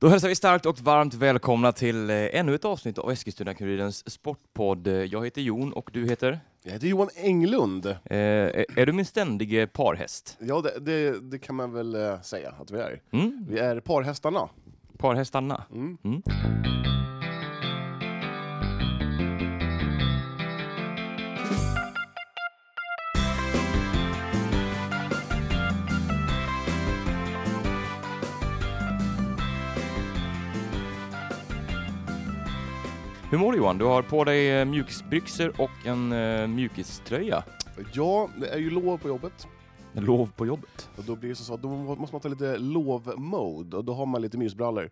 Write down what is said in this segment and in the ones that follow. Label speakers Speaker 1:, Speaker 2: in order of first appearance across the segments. Speaker 1: Då hälsar vi starkt och varmt välkomna till eh, ännu ett avsnitt av Eskilstuna-Kurirens sportpodd. Jag heter Jon och du heter?
Speaker 2: Jag heter Johan Englund.
Speaker 1: Eh, är är du min ständige parhäst?
Speaker 2: Ja, det, det, det kan man väl eh, säga att vi är.
Speaker 1: Mm?
Speaker 2: Vi är parhästarna.
Speaker 1: Parhästarna?
Speaker 2: Mm.
Speaker 1: Mm. Hur mår du Johan? Du har på dig eh, mjukisbyxor och en eh, mjukiströja.
Speaker 2: Ja, det är ju lov på jobbet.
Speaker 1: Lov på jobbet.
Speaker 2: Och då blir det så att då måste man ta lite lov-mode och då har man lite mysbrallor.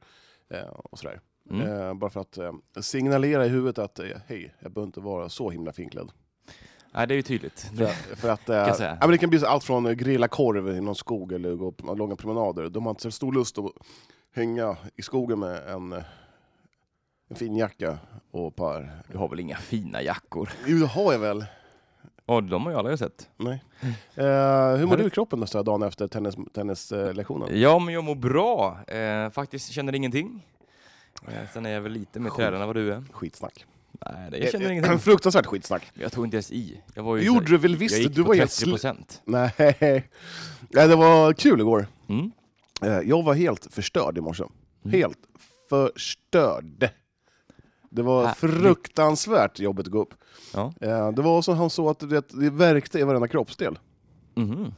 Speaker 2: Eh, och sådär.
Speaker 1: Mm.
Speaker 2: Eh, bara för att eh, signalera i huvudet att eh, hej, jag behöver inte vara så himla finklädd.
Speaker 1: Nej, det är ju tydligt.
Speaker 2: För, för att, eh,
Speaker 1: jag säga.
Speaker 2: ja, men det kan bli så allt från eh, grilla korv i någon skog eller gå på långa promenader. De har inte så stor lust att hänga i skogen med en, eh, en fin jacka och ett par...
Speaker 1: Du har väl inga fina jackor?
Speaker 2: Jo, det har jag väl. Eh,
Speaker 1: Ja, de har ju alla sett.
Speaker 2: Nej. Eh, hur mår
Speaker 1: Härligt.
Speaker 2: du i kroppen då, så här dagen efter tennislektionen? Tennis, eh, lektionen?
Speaker 1: Ja, men jag mår bra. Eh, faktiskt känner ingenting. Eh, sen är jag väl lite mer
Speaker 2: Sjukt.
Speaker 1: träden än vad du är.
Speaker 2: skitsnack.
Speaker 1: Nej, det, jag känner
Speaker 2: Eh, eh,
Speaker 1: ingenting.
Speaker 2: Fruktansvärt skitsnack.
Speaker 1: Jag tog inte ens i. Jag var ju
Speaker 2: Det
Speaker 1: så-
Speaker 2: gjorde du väl
Speaker 1: jag
Speaker 2: visst?
Speaker 1: gick
Speaker 2: Du
Speaker 1: på
Speaker 2: var helt
Speaker 1: 30
Speaker 2: slut.
Speaker 1: procent.
Speaker 2: Nej. Nej, det var kul igår.
Speaker 1: Mm.
Speaker 2: Eh, jag var helt förstörd i morse. Helt förstörd. Det var
Speaker 1: Härligt.
Speaker 2: fruktansvärt jobbigt att gå upp.
Speaker 1: Ja.
Speaker 2: Eh, det var som han sa, att du vet, det verkte i varenda kroppsdel.
Speaker 1: Mhm.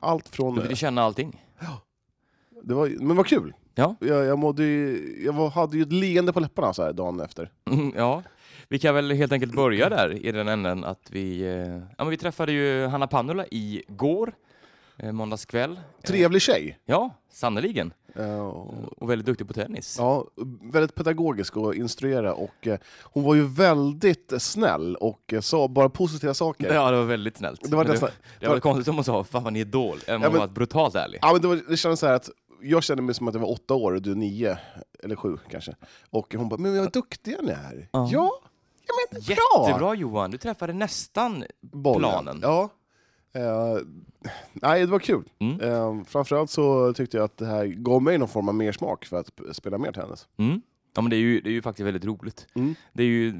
Speaker 2: Allt
Speaker 1: Du
Speaker 2: från...
Speaker 1: fick ju känna allting.
Speaker 2: Det var, men vad kul!
Speaker 1: Ja.
Speaker 2: Jag, jag, mådde, ju- jag var, hade ju ett leende på läpparna så här dagen efter.
Speaker 1: Mm, ja. Vi kan väl helt enkelt börja där i den änden att vi, eh, ja, men vi träffade ju Hanna Pannula igår, eh, måndagskväll.
Speaker 2: Trevlig tjej!
Speaker 1: Ja, sannerligen.
Speaker 2: Eh, och-
Speaker 1: Och väldigt duktig på tennis.
Speaker 2: Ja, väldigt pedagogisk och instruera och eh, hon var ju väldigt eh, snäll och eh, sa bara positiva saker.
Speaker 1: Ja, det var väldigt snällt.
Speaker 2: Det var
Speaker 1: Men
Speaker 2: nästan,
Speaker 1: det var konstigt om hon sa “Fan vad ni är dål”, även om
Speaker 2: Ja,
Speaker 1: hon
Speaker 2: men-
Speaker 1: var brutalt ärlig.
Speaker 2: ja, men det, var, det kändes så här att jag kände mig som att jag var åtta år och du är nio, eller sju kanske. Och hon bara, men vad duktiga ni är.
Speaker 1: Ja.
Speaker 2: Ja, ja men bra!
Speaker 1: Jättebra Johan, du träffade nästan
Speaker 2: Bollen.
Speaker 1: planen.
Speaker 2: Ja. Eh, nej, det var kul.
Speaker 1: Mm.
Speaker 2: Eh, framförallt så tyckte jag att det här gav mig någon form av mer smak för att p- spela mer tennis.
Speaker 1: Mm. Ja, men det är, ju, det är ju faktiskt väldigt roligt.
Speaker 2: Mm.
Speaker 1: Det är ju...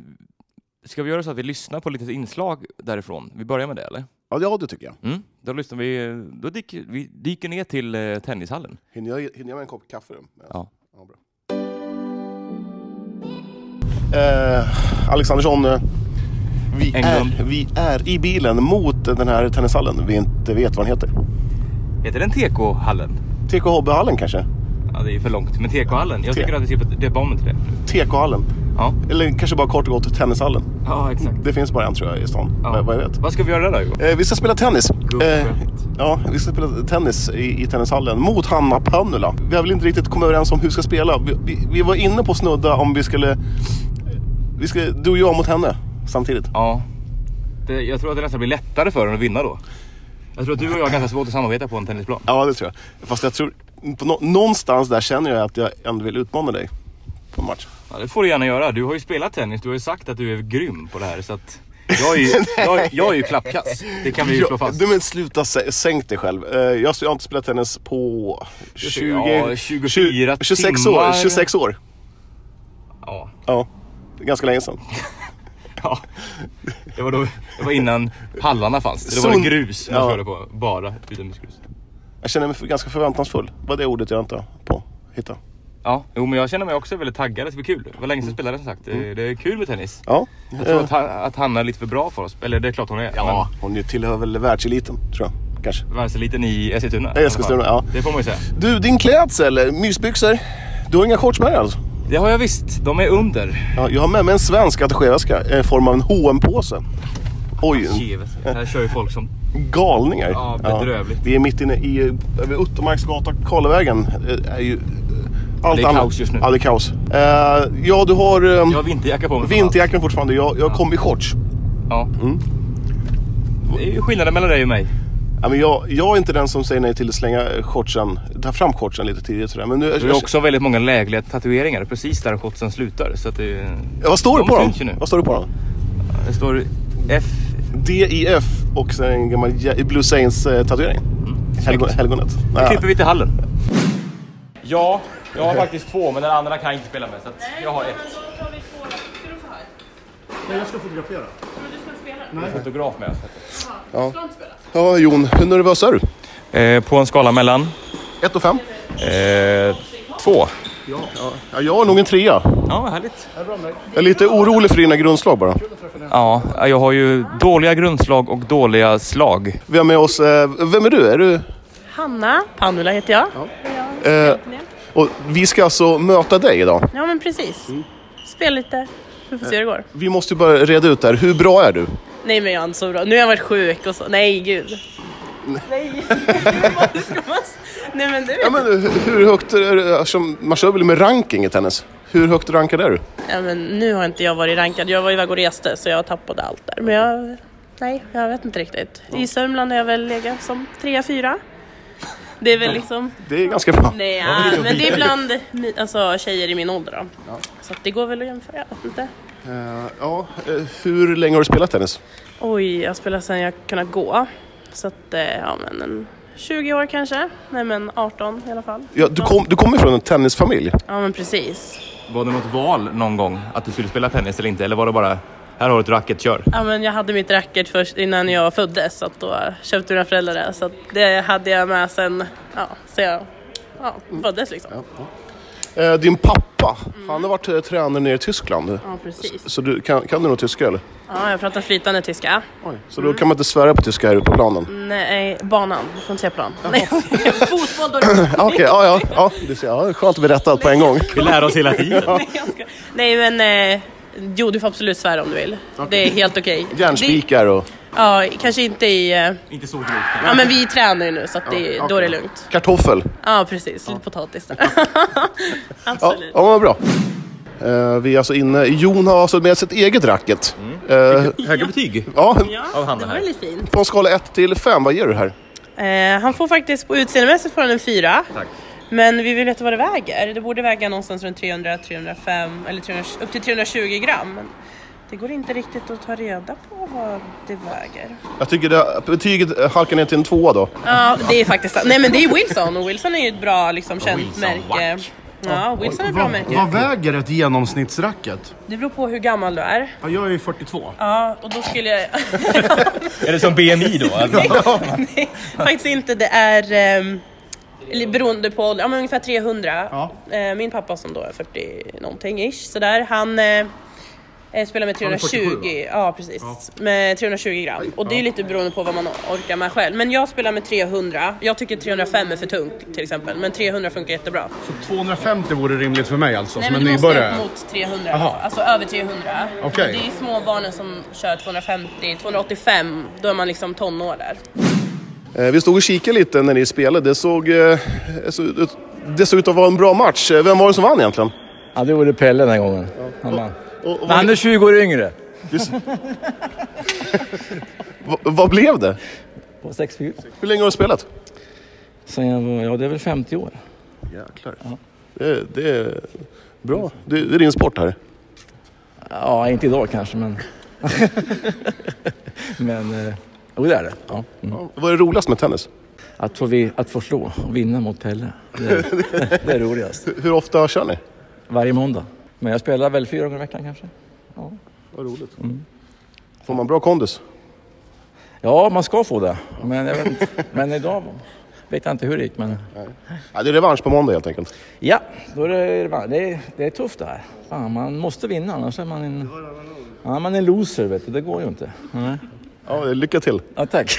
Speaker 1: Ska vi göra så att vi lyssnar på lite inslag därifrån? Vi börjar med det eller?
Speaker 2: Ja, ja, det tycker jag.
Speaker 1: Mm. Då, lyssnar vi, då dyker vi dyker ner till eh, tennishallen.
Speaker 2: Hinner jag, hinner jag med en kopp kaffe? då?
Speaker 1: Ja.
Speaker 2: ja bra. Eh, Alexandersson, eh, vi
Speaker 1: Englund.
Speaker 2: är, vi är i bilen mot den här tennishallen vi inte vet vad den heter.
Speaker 1: Heter den TK-hallen?
Speaker 2: TKHB-hallen kanske?
Speaker 1: Ja, det är för långt. Men TK-hallen, jag
Speaker 2: T.
Speaker 1: tycker att vi ska typ döpa om till det.
Speaker 2: TK-hallen.
Speaker 1: Ja,
Speaker 2: Eller kanske bara kort och gott tennishallen.
Speaker 1: ja exakt.
Speaker 2: Det finns bara en tror jag i stan,
Speaker 1: Ja.
Speaker 2: vad- vad jag vet.
Speaker 1: Vad ska vi göra då Johan?
Speaker 2: Eh, vi ska spela tennis. Eh,
Speaker 1: Gubbskämt.
Speaker 2: ja, vi ska spela tennis i, i tennishallen mot Hanna Pannula. Vi har väl inte riktigt kommit överens om hur vi ska spela. Vi, vi, vi var inne på att snudda om vi skulle... Vi skulle du och jag mot henne samtidigt.
Speaker 1: Ja. Det, jag tror att det nästan blir lättare för den att vinna då. Jag tror att du och jag har ganska svårt att samarbeta på en tennisplan.
Speaker 2: Ja, det tror jag. Fast jag tror... På nå, någonstans där känner jag att jag ändå vill utmana dig på en match.
Speaker 1: Ja, det får du gärna göra. Du har ju spelat tennis, du har ju sagt att du är grym på det här. Så att jag, är ju, jag, jag är ju klappkass, det kan vi ju slå
Speaker 2: Ja,
Speaker 1: fast.
Speaker 2: du men sluta sä- sänk dig själv. Eh, Jag, jag har inte spelat tennis på 20,
Speaker 1: Ja, 24
Speaker 2: 26
Speaker 1: timmar.
Speaker 2: år. 26 år.
Speaker 1: Ja,
Speaker 2: Ja, det är ganska länge sedan.
Speaker 1: ja. Det, var då, det var innan hallarna fanns. Det var det
Speaker 2: Sunt.
Speaker 1: grus man
Speaker 2: Ja.
Speaker 1: körde på, bara utomhusgrus.
Speaker 2: Jag känner mig för- ganska förväntansfull. Vad är det ordet jag inte på hitta?
Speaker 1: Ja, jo, men jag känner mig också väldigt taggad. Det ska bli kul. Det var länge sedan jag spelade som sagt. Det, det är kul med tennis.
Speaker 2: Mm. Ja.
Speaker 1: Jag tror att, han- att Hanna är lite för bra för oss. Eller det är klart hon är.
Speaker 2: ja. Eh, Hon ju tillhör väl världseliten, tror jag. Kanske.
Speaker 1: Men vänsterliten i Eskilstuna. i alla
Speaker 2: Eskilstuna,
Speaker 1: fall.
Speaker 2: ja.
Speaker 1: Det får man ju säga.
Speaker 2: Du, din klädsel, eh, mysbyxor. Du har inga shorts med dig alltså?
Speaker 1: Det har jag visst. De är under.
Speaker 2: Ja, jag har med mig en svensk attachéväska eh, i form av en hm påse Oj,
Speaker 1: Givet. Här kör ju folk som
Speaker 2: galningar.
Speaker 1: Ja, bedrövligt.
Speaker 2: Vi är mitt inne i eh, över Uttermarksgatan, Karlavägen. Eh, är ju, eh, allt
Speaker 1: Det är
Speaker 2: annat.
Speaker 1: kaos just nu.
Speaker 2: Ja, det är kaos. Eh, ja, du har eh,
Speaker 1: Jag har vinterjacka på mig.
Speaker 2: vinterjackan fortfarande. Jag, jag kom i shorts.
Speaker 1: Ja.
Speaker 2: Mm.
Speaker 1: Det är ju skillnaden mellan dig och mig.
Speaker 2: Ja, men jag, jag är inte den som säger nej till att slänga shortsen, ta fram shortsen lite tidigare. Sådär. Men nu,
Speaker 1: Du har också väldigt många lägliga tatueringar precis där shotsen slutar. Så att det,
Speaker 2: Ja, vad står det
Speaker 1: De
Speaker 2: på
Speaker 1: syns ju nu.
Speaker 2: dem? Vad står det på dem?
Speaker 1: det står F.
Speaker 2: DIF och sen en gammal jä- Blue
Speaker 1: Mm,
Speaker 2: Saints eh, tatuering. Helgon, helgonet.
Speaker 1: Nu
Speaker 2: Ja.
Speaker 1: klipper vi till hallen. Ja, Jag har faktiskt två, men den andra kan jag inte spela med. Så att jag har ett
Speaker 3: men då tar vi två då. Ska du få här?
Speaker 4: Nej, jag ska fotografera.
Speaker 3: Men du ska spela den? Nej.
Speaker 1: fotograf med.
Speaker 3: Ja. Ska inte spela?
Speaker 2: Ja, Jon, hur nervös är du?
Speaker 1: Eh, på en skala mellan?
Speaker 2: 1 och 5?
Speaker 1: Eh, två.
Speaker 2: Ja, jag har nog en trea.
Speaker 1: Ja, vad härligt.
Speaker 2: Jag är lite orolig för dina grundslag bara.
Speaker 1: Ja, jag har ju dåliga grundslag och dåliga slag.
Speaker 2: Vi har med oss... Eh, vem är du? Är du
Speaker 3: Hanna Panula heter jag. Ja,
Speaker 2: eh, och vi ska alltså möta dig idag.
Speaker 3: men precis. Spel lite. Vi får se hur det går.
Speaker 2: Vi måste ju bara reda ut det här. Hur bra är du?
Speaker 3: Nej men jag är inte så bra. Nu har jag varit sjuk och så. Nej gud. Nej. Vad ska man... s- Nej men du.
Speaker 2: Ja, men, hur, hur högt är du? Alltså, Man kör väl med ranking i tennis? Hur högt rankad är du?
Speaker 3: Ja, men nu har inte jag varit rankad. Jag var iväg och reste så jag tappade allt där. Men jag... Nej, jag vet inte riktigt. I Sörmland har jag väl legat som trea, fyra. Det är väl liksom...
Speaker 2: Det är ganska bra.
Speaker 3: Nej, ja, men det är bland mi- alltså, tjejer i min ålder då. Så att det går väl att jämföra, jag vet inte.
Speaker 2: Eh, ja, eh, hur länge har du spelat tennis?
Speaker 3: Oj, jag spelar sedan jag kunnat gå. Så att, eh, ja men en 20 år kanske. Nej men 18 i alla fall.
Speaker 2: Ja, du, kom, du kommer från en tennisfamilj.
Speaker 3: Ja men precis.
Speaker 1: Var det något val någon gång att du skulle spela tennis eller inte? Eller var det bara, här har du ett racket, kör?
Speaker 3: Ja men jag hade mitt racket först innan jag föddes så att då köpte mina föräldrar det. Så att det hade jag med sen, ja, så jag ja, föddes liksom. Ja,
Speaker 2: Eh, din pappa, han har varit eh, tränare nere i Tyskland.
Speaker 3: Mm. precis.
Speaker 2: Så du, kan, kan du nog tyska eller?
Speaker 3: Ja, jag pratar flytande tyska.
Speaker 2: Oj. Så då kan man inte svära på tyska här ute på planen?
Speaker 3: Mm. Nej, banan. Du får inte säga plan. Nej, fotboll då.
Speaker 2: Ja, Ah, Okej, ja, ja, ja. Du ser, ja, skönt att bli rättad på en gång.
Speaker 1: Vi lär oss hela tiden.
Speaker 3: Nej, jag ska... Nej men, eh, jo du får absolut svära om du vill. Det är helt okej. Det-
Speaker 2: Järnspikar och
Speaker 3: Ja, kanske inte i... eh,
Speaker 1: Inte så grovt.
Speaker 3: Ja men vi tränar ju nu så att det, då är det lugnt.
Speaker 2: kartoffel.
Speaker 3: Ja precis, lite potatis.
Speaker 2: Ja,
Speaker 3: absolut.
Speaker 2: ja vad bra. Eh, vi är alltså inne. Jon har alltså med sig ett eget racket.
Speaker 3: Mm.
Speaker 2: Eh,
Speaker 1: Höga betyg.
Speaker 2: ja,
Speaker 1: Av
Speaker 3: Ja,
Speaker 1: Hanna
Speaker 3: det var
Speaker 1: här.
Speaker 3: väldigt fint.
Speaker 2: på en skala 1 till 5, vad ger du här?
Speaker 3: Eh, han får faktiskt, på utseendemässigt får han en fyra.
Speaker 1: Tack.
Speaker 3: Men vi vill veta vad det väger. Det borde väga någonstans runt 300, 305 eller 300, upp till 320 gram. Men det går inte riktigt att ta reda på vad det väger.
Speaker 2: Jag tycker det, betyget eh, halkar ner till en tvåa då.
Speaker 3: Ja, det är faktiskt Nej men det är Wilson och Wilson är ju ett bra liksom, känt
Speaker 1: Wilson,
Speaker 3: märke.
Speaker 1: whack.
Speaker 3: Ja, Wilson är ett bra märke.
Speaker 4: vad väger ett genomsnittsracket?
Speaker 3: Det beror på hur gammal du är.
Speaker 4: Ja, jag är 42.
Speaker 3: Ja, och då skulle jag...
Speaker 1: Är det som BMI då? Alltså,
Speaker 3: Nej, faktiskt inte. Det är um, beroende på ålder, ja, men ungefär 300.
Speaker 4: Ja.
Speaker 3: Eh, min pappa som då är 40 någonting ish, sådär, han eh, eh, spelar med
Speaker 4: Han är 47,
Speaker 3: 320, ja precis, med 320 gram. Och det är ju lite beroende på vad man orkar med själv. Men jag spelar med 300, jag tycker 305 är för tungt till exempel, men 300 funkar jättebra.
Speaker 4: Så 250 vore rimligt för mig alltså,
Speaker 3: Nej
Speaker 4: som
Speaker 3: men
Speaker 4: en
Speaker 3: du måste upp
Speaker 4: nybörjare?
Speaker 3: mot 300,
Speaker 4: Jaha.
Speaker 3: alltså över 300.
Speaker 4: Okej.
Speaker 3: Och Det är små barnen som kör 250, 285, då är man liksom tonår där.
Speaker 2: Eh, vi stod och kikade lite när ni spelade. Det såg, eh, så, ut- det såg ut att vara en bra match. Eh, Vem var det som vann egentligen?
Speaker 5: Ja, det vore Pelle den här gången. Han vann.
Speaker 2: Och, och,
Speaker 5: Men han är 20 år yngre.
Speaker 2: vad, vad blev det?
Speaker 5: På 6-4.
Speaker 2: Hur länge har du spelat?
Speaker 5: Sen jag var, ja det är väl 50 år.
Speaker 2: Jäklar. Det, det är bra. Det, det är din sport här.
Speaker 5: Ja, inte idag kanske men... men... eh, Jo, det är det. Ja. Mm.
Speaker 2: Vad är roligast med tennis?
Speaker 5: Att, få vi, att få slå och vinna mot Pelle. Det är, det är roligast.
Speaker 2: Hur ofta kör ni?
Speaker 5: Varje måndag. Men jag spelar väl fyra gånger i veckan kanske. Ja.
Speaker 2: Vad roligt. Mm. Får man bra kondis?
Speaker 5: ja, man ska få det. Men, jag vet inte. men idag vet jag inte hur det gick. Men...
Speaker 2: Ja, det är revansch på måndag helt enkelt.
Speaker 5: Ja, då är det, det, är, det är tufft det här. Fan, man måste vinna annars är man en... Ja, man är en loser vet du. Det går ju inte. Nej.
Speaker 2: Ja, lycka till.
Speaker 5: Ja, tack.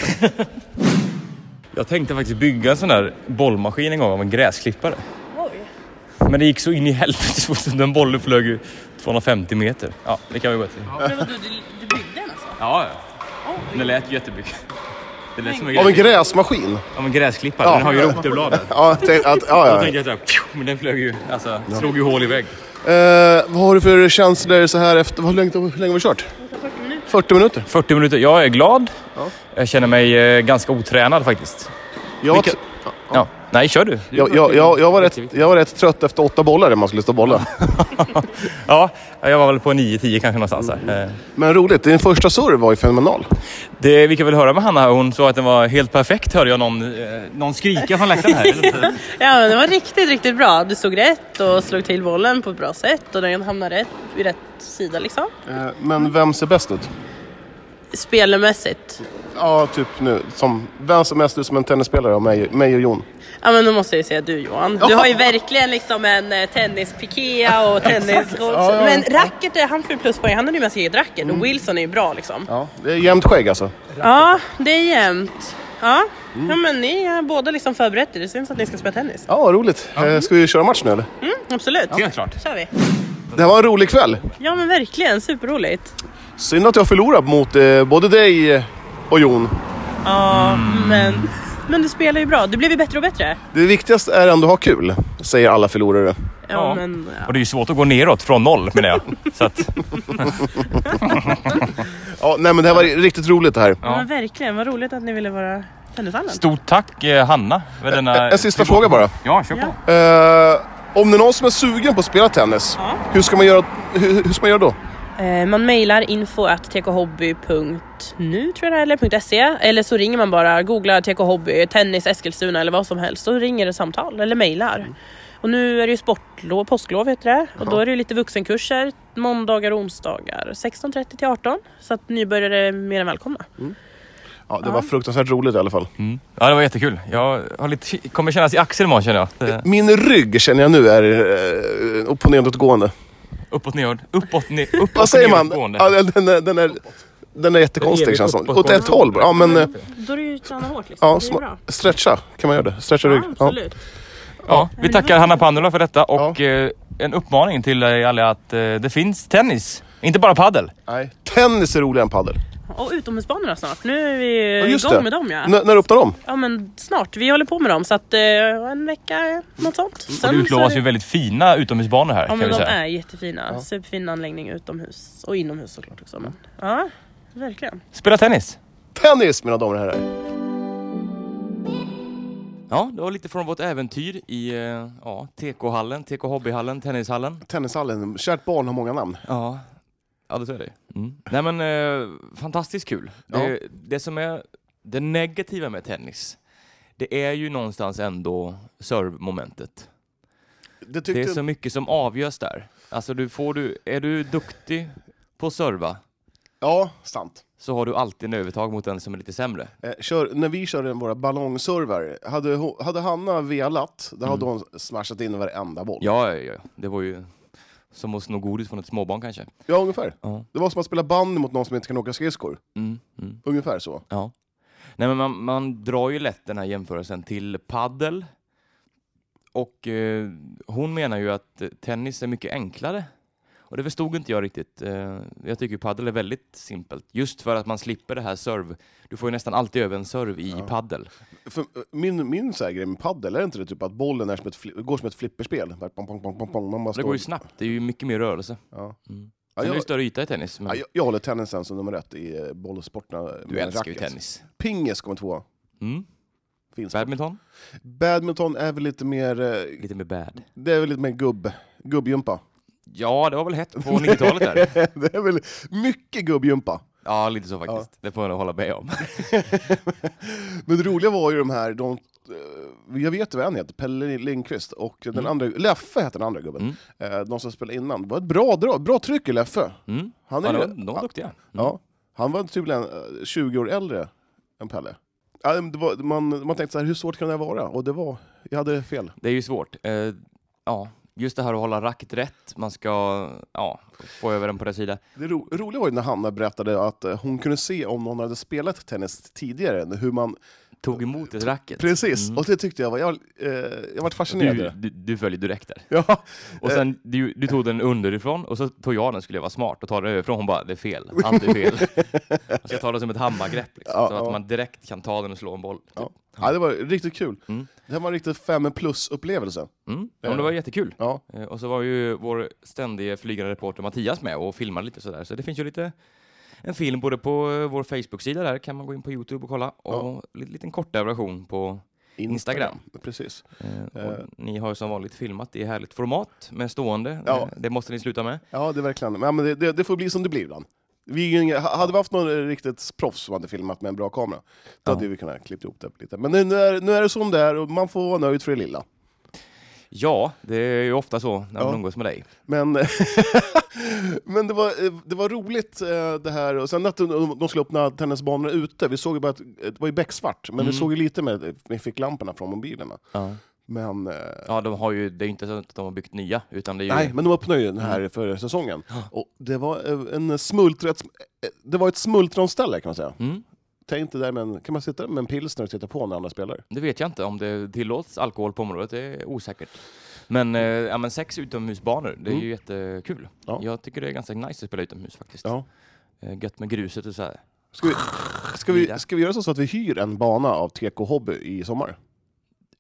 Speaker 1: jag tänkte faktiskt bygga en sån där bollmaskin en gång av en gräsklippare.
Speaker 3: Oj.
Speaker 1: Men det gick så in i helvete så fort den bollen flög ju 250 meter. Ja, det kan vi gå till.
Speaker 3: Men vadå, du, du byggde den alltså?
Speaker 1: Ja, ja. Den lät jättemycket. Det lät som en,
Speaker 2: Av en
Speaker 1: gräs,
Speaker 2: gräsmaskin?
Speaker 1: av en gräsklippare. Den har ju rotorblad. där.
Speaker 2: Ja, jag tänkte att, ja,
Speaker 1: Jag
Speaker 2: ja.
Speaker 1: tänkte att jag, pju, men den flög ju, alltså, slog ju hål i vägg.
Speaker 2: Eh, vad har du för känslor så här efter... Hur länge, hur länge har vi kört?
Speaker 3: 40 minuter.
Speaker 2: 40 minuter?
Speaker 1: 40 minuter. Jag är glad. Jag känner mig eh, ganska otränad faktiskt.
Speaker 2: Jag,
Speaker 1: Vilka-
Speaker 2: t-
Speaker 1: Ja. Nej, kör du.
Speaker 2: Jag, jag, jag, jag, var rätt, jag var rätt trött efter åtta bollar när man skulle stå bolla.
Speaker 1: Ja, jag var väl på 9-10 kanske någonstans där. Eh,
Speaker 2: Men roligt, din första serve var ju fenomenal.
Speaker 1: Det, vi kan väl höra med Hanna, hon sa att den var helt perfekt hörde jag någon, eh, någon skrika från läktaren här.
Speaker 3: Ja, men det var riktigt, riktigt bra. Du stod rätt och slog till bollen på ett bra sätt och den hamnade rätt, vid rätt sida liksom.
Speaker 2: Eh, Men vem ser bäst ut?
Speaker 3: Spelmässigt.
Speaker 2: Ja, typ nu. Som, vem ser mest ut som en tennisspelare av mig, mig och Jon?
Speaker 3: Ja, men då måste jag ju säga du Johan. Du har ju verkligen liksom en eh, tennispiké och tennis... Men racket, eh, han får ju pluspoäng. Han hade ju med sig eget racket och Wilson är ju bra liksom.
Speaker 2: Ja. Det är jämnt skägg alltså.
Speaker 3: Ja, det är jämnt. Ja. ja, men ni har båda liksom förberett er. Det syns att ni ska spela tennis.
Speaker 2: Ja, roligt. Eh, Ska vi köra match nu eller?
Speaker 3: Mm, absolut.
Speaker 1: Helt klart.
Speaker 3: kör vi.
Speaker 2: Det här var en rolig kväll.
Speaker 3: Ja, men verkligen. Superroligt.
Speaker 2: Synd att jag förlorat mot eh, både dig och Jon.
Speaker 3: Ja, men, men du spelar ju bra. Du blev ju bättre och bättre.
Speaker 2: Det viktigaste är ändå att ha kul, säger alla förlorare.
Speaker 3: Ja, men... Ja.
Speaker 1: Och det är ju svårt att gå neråt från noll menar jag. Så att,
Speaker 2: Ja, nej men det här var riktigt roligt det här.
Speaker 3: Ja. men verkligen. Vad roligt att ni ville vara Tennishallen.
Speaker 1: stort tack eh, Hanna. För denna...
Speaker 2: En sista fråga bara.
Speaker 1: Ja, kör på.
Speaker 3: Ja.
Speaker 2: Eh, om det är någon som är sugen på att spela tennis,
Speaker 3: Ja.
Speaker 2: hur, ska man göra, hur, hur ska man göra då?
Speaker 3: Eh, Man mejlar info att tkhobby.nu tror jag det är, eller .se eller så ringer man bara, googlar tkhobby, tennis Eskilstuna eller vad som helst så ringer det samtal eller mejlar.
Speaker 2: Mm.
Speaker 3: Och nu är det ju sportlov, påsklov heter det och då är det ju lite vuxenkurser måndagar och onsdagar 16.30 till 18 så att nybörjare är mer än välkomna.
Speaker 2: Ja, det var fruktansvärt roligt i alla fall.
Speaker 1: mm. Ja, det var jättekul. Jag har lite, kommer kännas i axeln imorgon känner jag. Eh,
Speaker 2: Min rygg känner jag nu är eh, upp och nedåtgående.
Speaker 1: Uppåt, nedåt, uppåt, ne, uppåt
Speaker 2: Vad säger man?
Speaker 1: nedåtgående.
Speaker 2: Ja, den, den, är- den, är, den är jättekonstig
Speaker 5: evigt
Speaker 2: känns det som. Åt
Speaker 5: uppåtgående.
Speaker 2: ett håll bara. Ja, men eh,
Speaker 3: Då är det ju träna hårt liksom,
Speaker 2: ja,
Speaker 3: det är bra.
Speaker 2: sma- stretcha kan man göra det. Stretcha
Speaker 3: Ja,
Speaker 2: rygg. Ja.
Speaker 3: absolut.
Speaker 1: Ja, vi tackar Hanna Pannula för detta och eh, en uppmaning till er alla att eh, det finns tennis. Inte bara paddel.
Speaker 2: Nej. Tennis är roligare än padel.
Speaker 3: Och utomhusbanorna snart, nu är vi
Speaker 2: Ja, just
Speaker 3: igång
Speaker 2: det.
Speaker 3: med dem ja.
Speaker 2: N- när öppnar de?
Speaker 3: Ja men snart, vi håller på med dem så att eh, en vecka, något sånt.
Speaker 1: Mm. Och
Speaker 3: Sen
Speaker 1: det
Speaker 3: så är
Speaker 1: utlovas
Speaker 3: det-
Speaker 1: ju väldigt fina utomhusbanor här
Speaker 3: Ja
Speaker 1: kan
Speaker 3: men
Speaker 1: vi
Speaker 3: de
Speaker 1: säga.
Speaker 3: är jättefina. Superfin anläggning utomhus och inomhus såklart också. Men,
Speaker 1: Mm.
Speaker 3: ja, verkligen.
Speaker 1: Spela tennis!
Speaker 2: Tennis mina damer och herrar.
Speaker 1: Ja, det var lite från vårt äventyr i eh, ja, TK-hallen, TK-hobbyhallen, tennishallen.
Speaker 2: Tennishallen, kärt barn har många namn.
Speaker 1: Ja, ja det tror jag det mm. Nej men eh, fantastiskt kul. Det, det som är det negativa med tennis, det är ju någonstans ändå servemomentet.
Speaker 2: Det
Speaker 1: Det är
Speaker 2: tyckte,
Speaker 1: så mycket som avgörs där. Alltså du får du, är du duktig på att serva
Speaker 2: Ja, sant.
Speaker 1: så har du alltid en övertag mot den som är lite sämre.
Speaker 2: Eh, kör, när vi körde våra ballongserver, hade, ho- hade Hanna velat, då hade hon smashat in varenda boll. Ja,
Speaker 1: Ja, ja, ja. det var ju som att sno godis från ett småbarn kanske.
Speaker 2: ungefär.
Speaker 1: Ja.
Speaker 2: Det var som att spela bandy mot någon som inte kan åka skridskor.
Speaker 1: Mm, mm.
Speaker 2: Ungefär så.
Speaker 1: Ja. Nej, men man, man drar ju lätt den här jämförelsen till paddel. Och eh, hon menar ju att eh, tennis är mycket enklare. Och det förstod inte jag riktigt. Eh, jag tycker ju paddel är väldigt simpelt. Just för att man slipper det här serv. Du får ju nästan alltid över en serv i paddel.
Speaker 2: För, eh, min min så här grej med padel, är det inte det typ att bollen är som ett, fli- går som ett flipperspel? Bara Pong, pong, pong, pong, pong. Man
Speaker 1: Och
Speaker 2: bara
Speaker 1: det
Speaker 2: står-
Speaker 1: går ju snabbt. Det är ju mycket mer rörelse.
Speaker 2: Ja.
Speaker 1: Mm. Sen är
Speaker 2: Ja,
Speaker 1: det ju
Speaker 2: jag,
Speaker 1: större yta i tennis. Men
Speaker 2: ja, jag, jag håller tennisen som nummer ett i eh, bollsporterna.
Speaker 1: du
Speaker 2: med
Speaker 1: älskar ju
Speaker 2: racket.
Speaker 1: tennis.
Speaker 2: Pingis kommer tvåa.
Speaker 1: Mm.
Speaker 2: Finns.
Speaker 1: Badminton?
Speaker 2: Badminton är väl lite mer, eh,
Speaker 1: Lite mer bad.
Speaker 2: det är väl lite mer gubb, gubbjumpa.
Speaker 1: Ja, det var väl hett på 90-talet där.
Speaker 2: det är väl mycket gubbjumpa.
Speaker 1: Ja, lite så faktiskt. Det får jag nog hålla med om. Mm.
Speaker 2: Men det roliga var ju de här, de, eh, jag vet vad en heter, Pelle Lindqvist och den
Speaker 1: Mm.
Speaker 2: andra, Leffe heter den andra gubben. Eh, De som spelade innan. Det var ett bra, drag, bra tryck i Leffe.
Speaker 1: Mm.
Speaker 2: Han,
Speaker 1: Ja,
Speaker 2: är
Speaker 1: de
Speaker 2: ju,
Speaker 1: var, Mm. de var duktiga.
Speaker 2: ja, han var tydligen eh, 20 år äldre än Pelle. Ja, men Det var, man, man tänkte så här, hur svårt kan det här vara? Och det var, jag hade fel.
Speaker 1: Det är ju svårt. Eh, ja, just det här att hålla racket rätt. Man ska ja, få över den på rätt sida.
Speaker 2: Det ro, roliga var ju när Hanna berättade att eh, hon kunde se om någon hade spelat tennis tidigare, hur man...
Speaker 1: Tog emot det racket.
Speaker 2: Precis,
Speaker 1: Mm.
Speaker 2: och det tyckte jag var... Jag, eh, jag var fascinerad.
Speaker 1: Du, du, du följer direkt där.
Speaker 2: Ja,
Speaker 1: Och
Speaker 2: Eh.
Speaker 1: sen, du, du tog den underifrån och så tog jag den, skulle jag vara smart, och ta den överifrån. Hon bara, det är fel. Allt är fel. Jag ska ta den som ett hammargrepp, liksom,
Speaker 2: Ja,
Speaker 1: så att
Speaker 2: ja.
Speaker 1: man direkt kan ta den och slå en boll. typ.
Speaker 2: Ja. Ja, det var riktigt kul.
Speaker 1: Mm.
Speaker 2: Det här var en riktig fem plus-upplevelse.
Speaker 1: Mm. Ja, men det var jättekul.
Speaker 2: Ja.
Speaker 1: Eh, Och så var ju vår ständige flygande reporter Mattias med och filmade lite sådär. Så det finns ju lite en film både på eh, vår Facebook-sida där kan man gå in på Youtube och kolla och en liten kortare version på Instagram.
Speaker 2: Precis.
Speaker 1: Eh, och Ni har ju som vanligt filmat i härligt format med stående.
Speaker 2: Ja.
Speaker 1: Eh, Det måste ni sluta med.
Speaker 2: Ja, det är verkligen. Men, men det, det, det får bli som det blir ibland. Vi, är ju inga- hade vi haft någon riktigt proffs som hade filmat med en bra kamera, då hade vi kunnat klippa ihop det lite. Men nu, nu, är, nu är det som det är och man får vara nöjd för det lilla.
Speaker 1: Ja, det är ju ofta så när man
Speaker 2: Ja.
Speaker 1: umgås med dig.
Speaker 2: Men, men det, var, eh, det var roligt eh, det här. Och sen att de, de skulle öppna tennisbanorna ute, vi såg ju bara att det var ju becksvart, men vi såg ju lite med, med ficklamporna från mobilerna.
Speaker 1: Ja.
Speaker 2: Men, eh,
Speaker 1: Ja, de har ju, det är ju inte så att de har byggt nya, utan det är ju...
Speaker 2: nej, men de öppnade ju den här för säsongen. Och det var eh, en smultrets, eh, det var ett smultronställe kan man säga.
Speaker 1: Mm,
Speaker 2: Tänk dig där med en, kan man sitta med en pilsner och titta på när andra spelar?
Speaker 1: det vet jag inte om det tillåts alkohol på området, det är osäkert. Men, eh, ja, men sex utomhusbanor, det är ju jättekul.
Speaker 2: Mm. Ja.
Speaker 1: Jag tycker det är ganska nice att spela utomhus faktiskt.
Speaker 2: Ja.
Speaker 1: Eh, Gött med gruset och så här.
Speaker 2: Ska vi,
Speaker 1: Ah,
Speaker 2: ska, vi, ska vi göra så att vi hyr en bana av TK Hobby i sommar?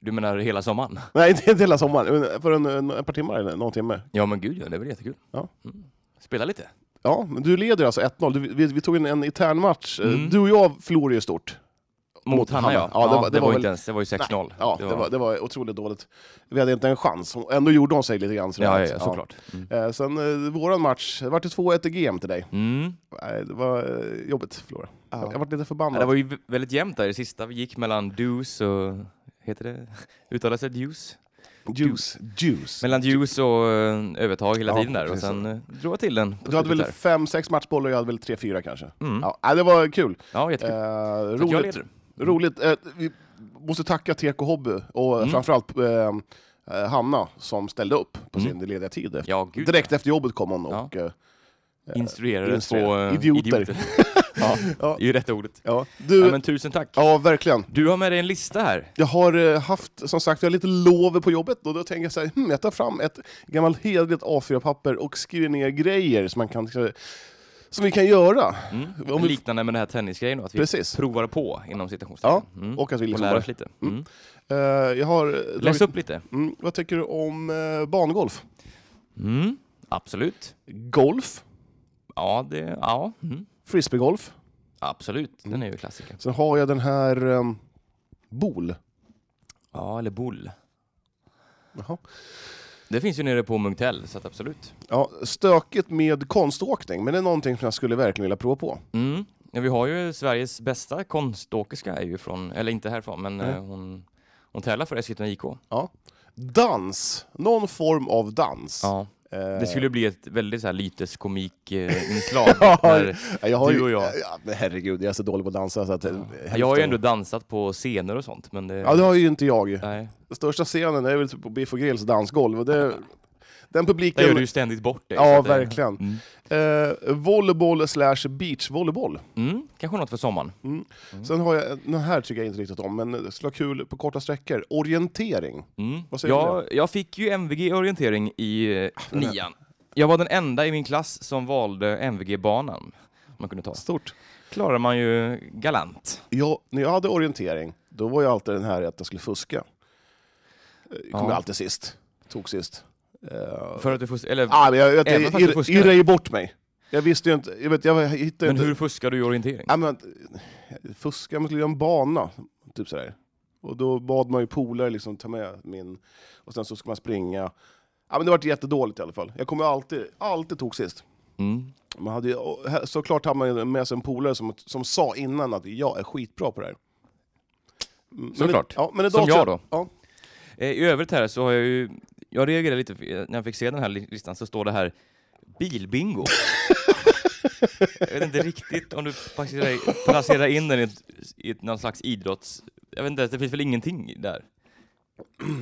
Speaker 1: Du menar hela sommaren?
Speaker 2: Nej, inte inte hela sommaren, men för en, en, ett par timmar eller någon timme.
Speaker 1: Ja men gud ja, det är väl jättekul.
Speaker 2: Ja.
Speaker 1: Mm. Spela lite.
Speaker 2: Ja, men du leder alltså 1-0. Du, vi, vi tog en, en intern match. Eh,
Speaker 1: Mm.
Speaker 2: Du och jag förlorade ju stort.
Speaker 1: Mot, Hanna ja. ja det, var, det, var
Speaker 2: väl-
Speaker 1: inte ens, det var ju 6-0.
Speaker 2: Ja, det var, det var otroligt dåligt. Vi hade inte en chans. Hon- Ändå gjorde hon sig lite grann. sådär.
Speaker 1: ja, ja, ja, såklart. Mm.
Speaker 2: Eh, sen eh, våran match, det vart ju 2-1 i GM till dig.
Speaker 1: Mm.
Speaker 2: Nej, det var eh, jobbigt att förlora. Jag, jag vart lite
Speaker 1: Ja,
Speaker 2: förbannad.
Speaker 1: det var ju vä- väldigt jämnt där i det sista. Vi gick mellan dus och... Heter det? Uttalas det dus?
Speaker 2: Juice. Juice.
Speaker 1: Mellan dus och eh, övertag hela
Speaker 2: Ja,
Speaker 1: tiden där. Och
Speaker 2: precis.
Speaker 1: sen eh, drog jag till den på
Speaker 2: Du hade
Speaker 1: slutet
Speaker 2: väl fem, sex matchbollar och jag hade väl tre, fyra kanske.
Speaker 1: Mm.
Speaker 2: Ja, nej, det var kul.
Speaker 1: där. Ja,
Speaker 2: Eh,
Speaker 1: jättekul. Så att jag
Speaker 2: roligt.
Speaker 1: leder.
Speaker 2: roligt. Eh, vi måste tacka TK Hobby och
Speaker 1: Mm.
Speaker 2: framförallt eh, eh, Hanna som ställde upp på
Speaker 1: Mm.
Speaker 2: sin lediga tid. Efter.
Speaker 1: Ja, gud.
Speaker 2: Direkt efter jobbet kom hon
Speaker 1: Ja.
Speaker 2: och... eh,
Speaker 1: Instruerade två
Speaker 2: Instruerade.
Speaker 1: eh,
Speaker 2: Idioter.
Speaker 1: ja,
Speaker 2: Ja.
Speaker 1: det är ju rätta ordet.
Speaker 2: Ja, du,
Speaker 1: Ja,
Speaker 2: ja,
Speaker 1: men tusen tack.
Speaker 2: verkligen.
Speaker 1: Du har med dig en lista här.
Speaker 2: Jag har eh, haft, som sagt, jag har lite lov på jobbet och då tänker jag så här, hmm, jag tar fram ett gammalt hederligt A4-papper och skriver ner grejer som, man kan, som vi kan göra.
Speaker 1: Mm.
Speaker 2: Om vi-
Speaker 1: Liknande med den här tennisgrejen då, att vi
Speaker 2: Precis.
Speaker 1: provar på inom citationstecken.
Speaker 2: Ja, och att vi
Speaker 1: Mm. Och
Speaker 2: liksom
Speaker 1: lär
Speaker 2: bara,
Speaker 1: oss lite. Mm.
Speaker 2: Eh, jag har...
Speaker 1: Läs upp lite.
Speaker 2: Mm, vad tycker du om eh, bangolf?
Speaker 1: Mm, absolut.
Speaker 2: Golf,
Speaker 1: Ja, det, ja. Mm,
Speaker 2: frisbeegolf.
Speaker 1: absolut. Den är ju klassiker.
Speaker 2: Sen har jag den här um, bol.
Speaker 1: Ja, eller boll.
Speaker 2: Jaha.
Speaker 1: Det finns ju nere på Munktell, så att absolut.
Speaker 2: Ja, stökigt med konståkning, men det är någonting som jag skulle verkligen vilja prova på.
Speaker 1: Mm. Ja, vi har ju Sveriges bästa konståkerska, är ju från, eller inte härifrån, men
Speaker 2: Nej.
Speaker 1: eh, hon, hon tävlar för Eskilstuna IK.
Speaker 2: Ja. Dans, någon form av dans.
Speaker 1: Ja.
Speaker 2: Eh,
Speaker 1: Det skulle bli ett väldigt så här eh, lyteskomik-inslag.
Speaker 2: ja, jag har
Speaker 1: du
Speaker 2: ju-
Speaker 1: och jag.
Speaker 2: Ja, men herregud, jag är så dålig på att dansa. Så att, eh,
Speaker 1: jag har ju ändå dansat på scener och sånt, men det...
Speaker 2: Ja, det har ju inte jag.
Speaker 1: nej.
Speaker 2: Den största scenen är väl typ på Biff och Grills dansgolv. Och det, den
Speaker 1: Där
Speaker 2: publiken...
Speaker 1: gör du ju ständigt bort dig. så
Speaker 2: Ja,
Speaker 1: att det-
Speaker 2: verkligen.
Speaker 1: Mm.
Speaker 2: Eh, volleyboll slash beachvolleyboll.
Speaker 1: Mm, kanske något för sommaren. Mm.
Speaker 2: Sen har jag, den här tycker jag inte riktigt om, men det skulle vara kul på korta sträckor. Orientering.
Speaker 1: Mm.
Speaker 2: Vad säger du
Speaker 1: Jag, jag fick ju MVG i orientering i eh, nian. Jag var den enda i min klass som valde MVG-banan. Man kunde ta.
Speaker 2: Stort.
Speaker 1: Klarar man ju galant.
Speaker 2: Jag, när jag hade orientering, då var jag alltid den här att jag skulle fuska. Eh, Jag kom
Speaker 1: Ja.
Speaker 2: alltid sist. Tog sist. Eh,
Speaker 1: För att du fusk- eller,
Speaker 2: ah, men jag, jag,
Speaker 1: Även
Speaker 2: jag,
Speaker 1: fast du
Speaker 2: jag
Speaker 1: fuskade?
Speaker 2: irrade ju bort mig. Jag visste ju inte, jag, vet, jag hittade
Speaker 1: men
Speaker 2: inte...
Speaker 1: hur fuskar du i orientering?
Speaker 2: Ja, men, eh, fuska, man skulle göra en bana. Typ sådär. Och då bad man ju polare liksom ta med min, och sen så ska man springa. Ja, men det vart jättedåligt i alla fall. Jag kommer alltid, alltid tog sist.
Speaker 1: Mm.
Speaker 2: Man hade ju, och här- såklart hade man ju med sig en polare som, som sa innan att jag är skitbra på det här. Mm, men-
Speaker 1: Såklart.
Speaker 2: ja, men idag
Speaker 1: Som
Speaker 2: så-
Speaker 1: jag då.
Speaker 2: Ja,
Speaker 1: Eh, I övrigt här så har jag ju... Jag reagerade lite för- när jag fick se den här li- listan så står det här bilbingo. jag vet inte riktigt om du placerar, placerar in den i, ett, i ett, någon slags idrotts... Jag vet inte, ens, det finns väl ingenting där?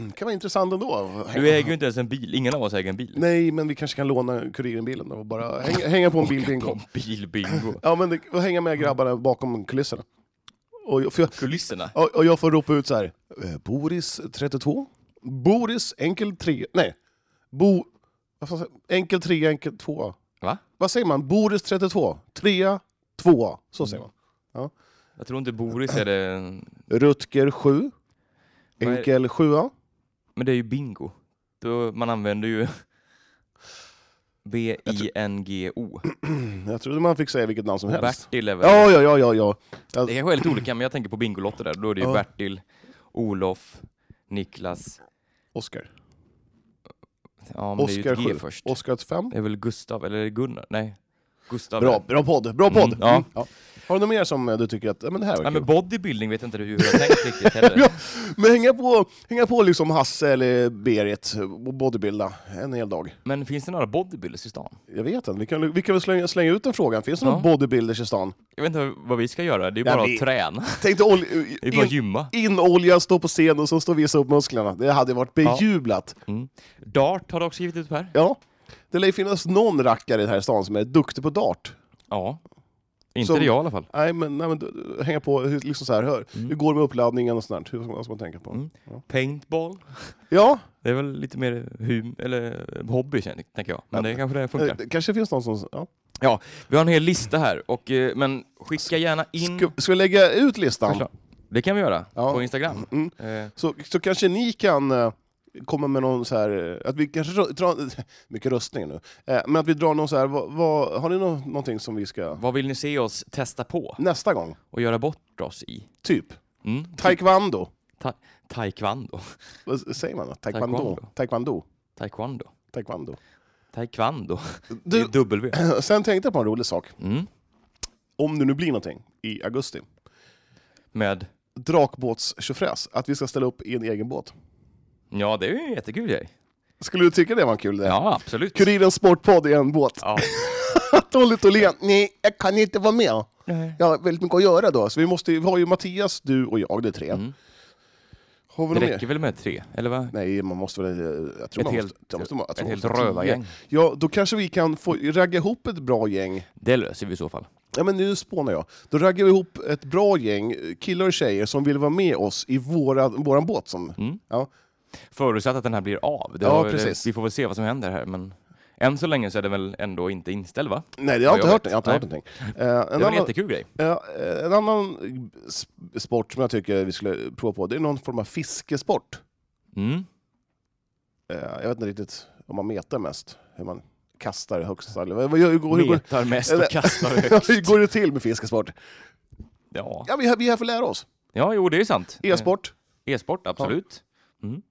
Speaker 2: det kan vara intressant ändå.
Speaker 1: Du äger ju inte ens en bil. Ingen av oss äger en bil.
Speaker 2: Nej, men vi kanske kan låna Kuriren-bilen då och bara hänga, hänga på en bilbingo.
Speaker 1: Bilbingo.
Speaker 2: Ja, men det, och hänga med grabbarna bakom kulisserna. Och, jag- för jag,
Speaker 1: Kulisserna.
Speaker 2: och, och jag får ropa ut så här. eh, Boris 32? Boris enkel 3? Nej. Bo... Vad fan säger- Enkel 3, enkel 2.
Speaker 1: Va?
Speaker 2: Vad säger man? Boris 32? 3, 2. Så säger man.
Speaker 1: Jag tror inte Boris är det...
Speaker 2: Rutger 7.
Speaker 1: Vad är-
Speaker 2: Enkel 7.
Speaker 1: Men det är ju bingo. Då, man använder ju... B-I-N-G-O.
Speaker 2: Jag trodde man fick säga vilket namn som helst.
Speaker 1: Bertil är väl...
Speaker 2: Ja, ja, ja, ja. ja.
Speaker 1: Det kanske är lite olika, men jag tänker på Bingolotter där. Då är det ju
Speaker 2: Ja.
Speaker 1: Bertil Olof, Niklas.
Speaker 2: Oskar.
Speaker 1: Ja, men det är
Speaker 2: Oskar
Speaker 1: ju ett G
Speaker 2: 7.
Speaker 1: först.
Speaker 2: Oskar 5.
Speaker 1: Det är väl Gustav, eller är det Gunnar? Nej. Gustav.
Speaker 2: Bra, bra podd, bra podd!
Speaker 1: Mm, ja.
Speaker 2: Mm, ja. Har du något mer som eh, du tycker att, ja, men det här var
Speaker 1: Nej, men
Speaker 2: kul?
Speaker 1: bodybuilding vet jag inte hur jag har tänkt riktigt heller.
Speaker 2: Ja, men hänga på, hänga på liksom Hasse eller Berit och bodybuilda en hel dag.
Speaker 1: Men finns det några bodybuilders i stan?
Speaker 2: Jag vet inte, vi kan, vi kan väl slänga, slänga ut den frågan. Finns det
Speaker 1: Ja.
Speaker 2: några bodybuilders i stan?
Speaker 1: Jag vet inte vad vi ska göra, det är ju
Speaker 2: Nej,
Speaker 1: bara
Speaker 2: vi-
Speaker 1: att träna.
Speaker 2: Tänk dig ol-
Speaker 1: Det är bara att
Speaker 2: in,
Speaker 1: gymma.
Speaker 2: inolja, stå på scen och så stå och visa upp musklerna. Det hade varit bejublat. Ja.
Speaker 1: Mm. Dart har du också skrivit ut här.
Speaker 2: Det lär ju finnas någon rackare här i stan som är duktig på dart.
Speaker 1: Ja. Inte
Speaker 2: Som-
Speaker 1: det jag i alla fall.
Speaker 2: Nej, men, nej, men du- hänga på, hur- liksom så här, hör. Hur går det med uppladdningen och sånt där? Hur ska man, vad ska man tänka på?
Speaker 1: Mm. Paintball.
Speaker 2: Ja,
Speaker 1: Det är väl lite mer hum, eller hobby känner- tänker jag. Men
Speaker 2: Ja.
Speaker 1: det kanske det
Speaker 2: eh,
Speaker 1: funkar.
Speaker 2: det kanske finns någon som... Ja.
Speaker 1: Ja, vi har en hel lista här. Och, eh, men skicka gärna in...
Speaker 2: Ska, ska vi lägga ut listan?
Speaker 1: förslag. Det kan vi göra
Speaker 2: Ja.
Speaker 1: på Instagram.
Speaker 2: Mm.
Speaker 1: Eh,
Speaker 2: Så, så kanske ni kan eh, komma med någon så här, eh, att vi kanske dra- dra, mycket röstning nu, eh, men att vi drar någon så här, vad, vad, har ni nå, någonting som vi ska,
Speaker 1: vad vill ni se oss testa på
Speaker 2: nästa gång,
Speaker 1: och göra bort oss i?
Speaker 2: typ,
Speaker 1: Mm.
Speaker 2: taekwondo,
Speaker 1: Ta- taekwondo.
Speaker 2: vad säger man då? Taekwondo?
Speaker 1: Taekwondo.
Speaker 2: Taekwondo?
Speaker 1: Taekwondo.
Speaker 2: Taekwondo.
Speaker 1: Taekwondo. Det är
Speaker 2: Du,
Speaker 1: W.
Speaker 2: sen tänkte jag på en rolig sak,
Speaker 1: Mm.
Speaker 2: om det nu blir någonting i augusti,
Speaker 1: Med...
Speaker 2: drakbåtstjofräs, att vi ska ställa upp i en egen båt.
Speaker 1: Ja, det är ju en jättekul grej.
Speaker 2: Skulle du tycka det var en kul idé?
Speaker 1: Ja, absolut.
Speaker 2: Kurirens sportpodd i en båt.
Speaker 1: Ja.
Speaker 2: Tolly Tholén, nej, jag kan inte vara med.
Speaker 1: Nej.
Speaker 2: Jag har väldigt mycket att göra då, så vi, måste, ju- vi har ju Mattias, du och jag, det är tre.
Speaker 1: Mm.
Speaker 2: Har vi
Speaker 1: Det
Speaker 2: något
Speaker 1: räcker
Speaker 2: mer?
Speaker 1: väl med tre, eller vad?
Speaker 2: Nej, man måste väl... eh, Jag tror
Speaker 1: Ett
Speaker 2: man
Speaker 1: helt-
Speaker 2: måste, jag måste, jag tror
Speaker 1: ett
Speaker 2: man
Speaker 1: helt
Speaker 2: måste ha tio.
Speaker 1: rövargäng.
Speaker 2: Ja, då kanske vi kan få ragga ihop ett bra gäng.
Speaker 1: Det löser vi i så fall.
Speaker 2: Ja, men nu spånar jag. Då raggar vi ihop ett bra gäng, eh, killar och tjejer, som vill vara med oss i våra, våran båt. Som,
Speaker 1: Mm.
Speaker 2: ja.
Speaker 1: Förutsatt att den här blir av. Det
Speaker 2: Ja,
Speaker 1: har- det-
Speaker 2: precis.
Speaker 1: Vi får väl se vad som händer här, men än så länge så är det väl ändå inte inställd, va?
Speaker 2: Nej, det har jag
Speaker 1: Ja,
Speaker 2: inte
Speaker 1: jag
Speaker 2: hört,
Speaker 1: vet.
Speaker 2: jag har inte
Speaker 1: Nej.
Speaker 2: hört någonting. Eh, en,
Speaker 1: Det är väl en
Speaker 2: annan,
Speaker 1: jättekul grej.
Speaker 2: ja, eh, en annan sp- sport som jag tycker vi skulle prova på, det är någon form av fiskesport.
Speaker 1: Mm.
Speaker 2: Eh, jag vet inte riktigt om man metar mest, hur man kastar högst. Eller, vad- vad- hur, går- hur, går-
Speaker 1: Metar mest
Speaker 2: eller-
Speaker 1: och kastar högt.
Speaker 2: hur går det till med fiskesport?
Speaker 1: Ja.
Speaker 2: Ja, vi, är- vi är här för att lära oss.
Speaker 1: ja, jo, det är ju sant.
Speaker 2: E-sport.
Speaker 1: Eh, E-sport, absolut. Mm.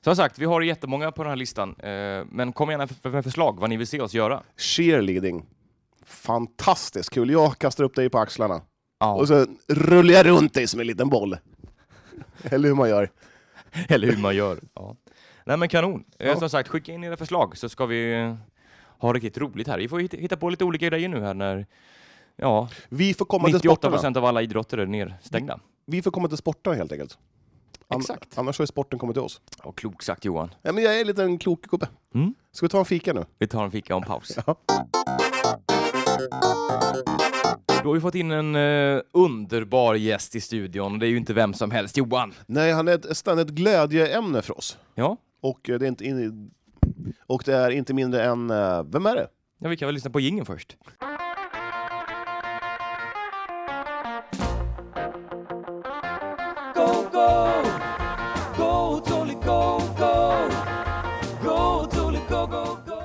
Speaker 1: Som sagt, vi har jättemånga på den här listan, eh, men kom gärna f- med förslag vad ni vill se oss göra.
Speaker 2: cheerleading. Fantastiskt kul. Jag kastar upp dig på axlarna
Speaker 1: Ja.
Speaker 2: och så rullar jag runt dig som en liten boll. Eller hur man gör.
Speaker 1: Eller hur man gör. Ja. Nej men kanon. Eh, Som sagt, skicka in era förslag så ska vi eh, ha riktigt roligt här. Vi får hitta- hitta på lite olika grejer nu här när ja,
Speaker 2: Vi får komma till
Speaker 1: 98
Speaker 2: sporterna.
Speaker 1: procent av alla idrotter är nedstängda.
Speaker 2: Vi får komma till sporterna helt enkelt. An-
Speaker 1: Exakt.
Speaker 2: Annars har ju sporten kommit till oss.
Speaker 1: Ja, klokt sagt Johan.
Speaker 2: Ja, men jag är en liten klok gubbe.
Speaker 1: Mm.
Speaker 2: Ska vi ta en fika nu?
Speaker 1: Vi tar en fika och en paus.
Speaker 2: Ja.
Speaker 1: Då har vi fått in en eh, underbar gäst i studion och det är ju inte vem som helst. Johan!
Speaker 2: Nej, han är ett ständigt glädjeämne för oss.
Speaker 1: Ja,
Speaker 2: Och eh, det är inte, in... och det är inte mindre än... eh, Vem är det?
Speaker 1: ja vi kan väl lyssna på jingeln först.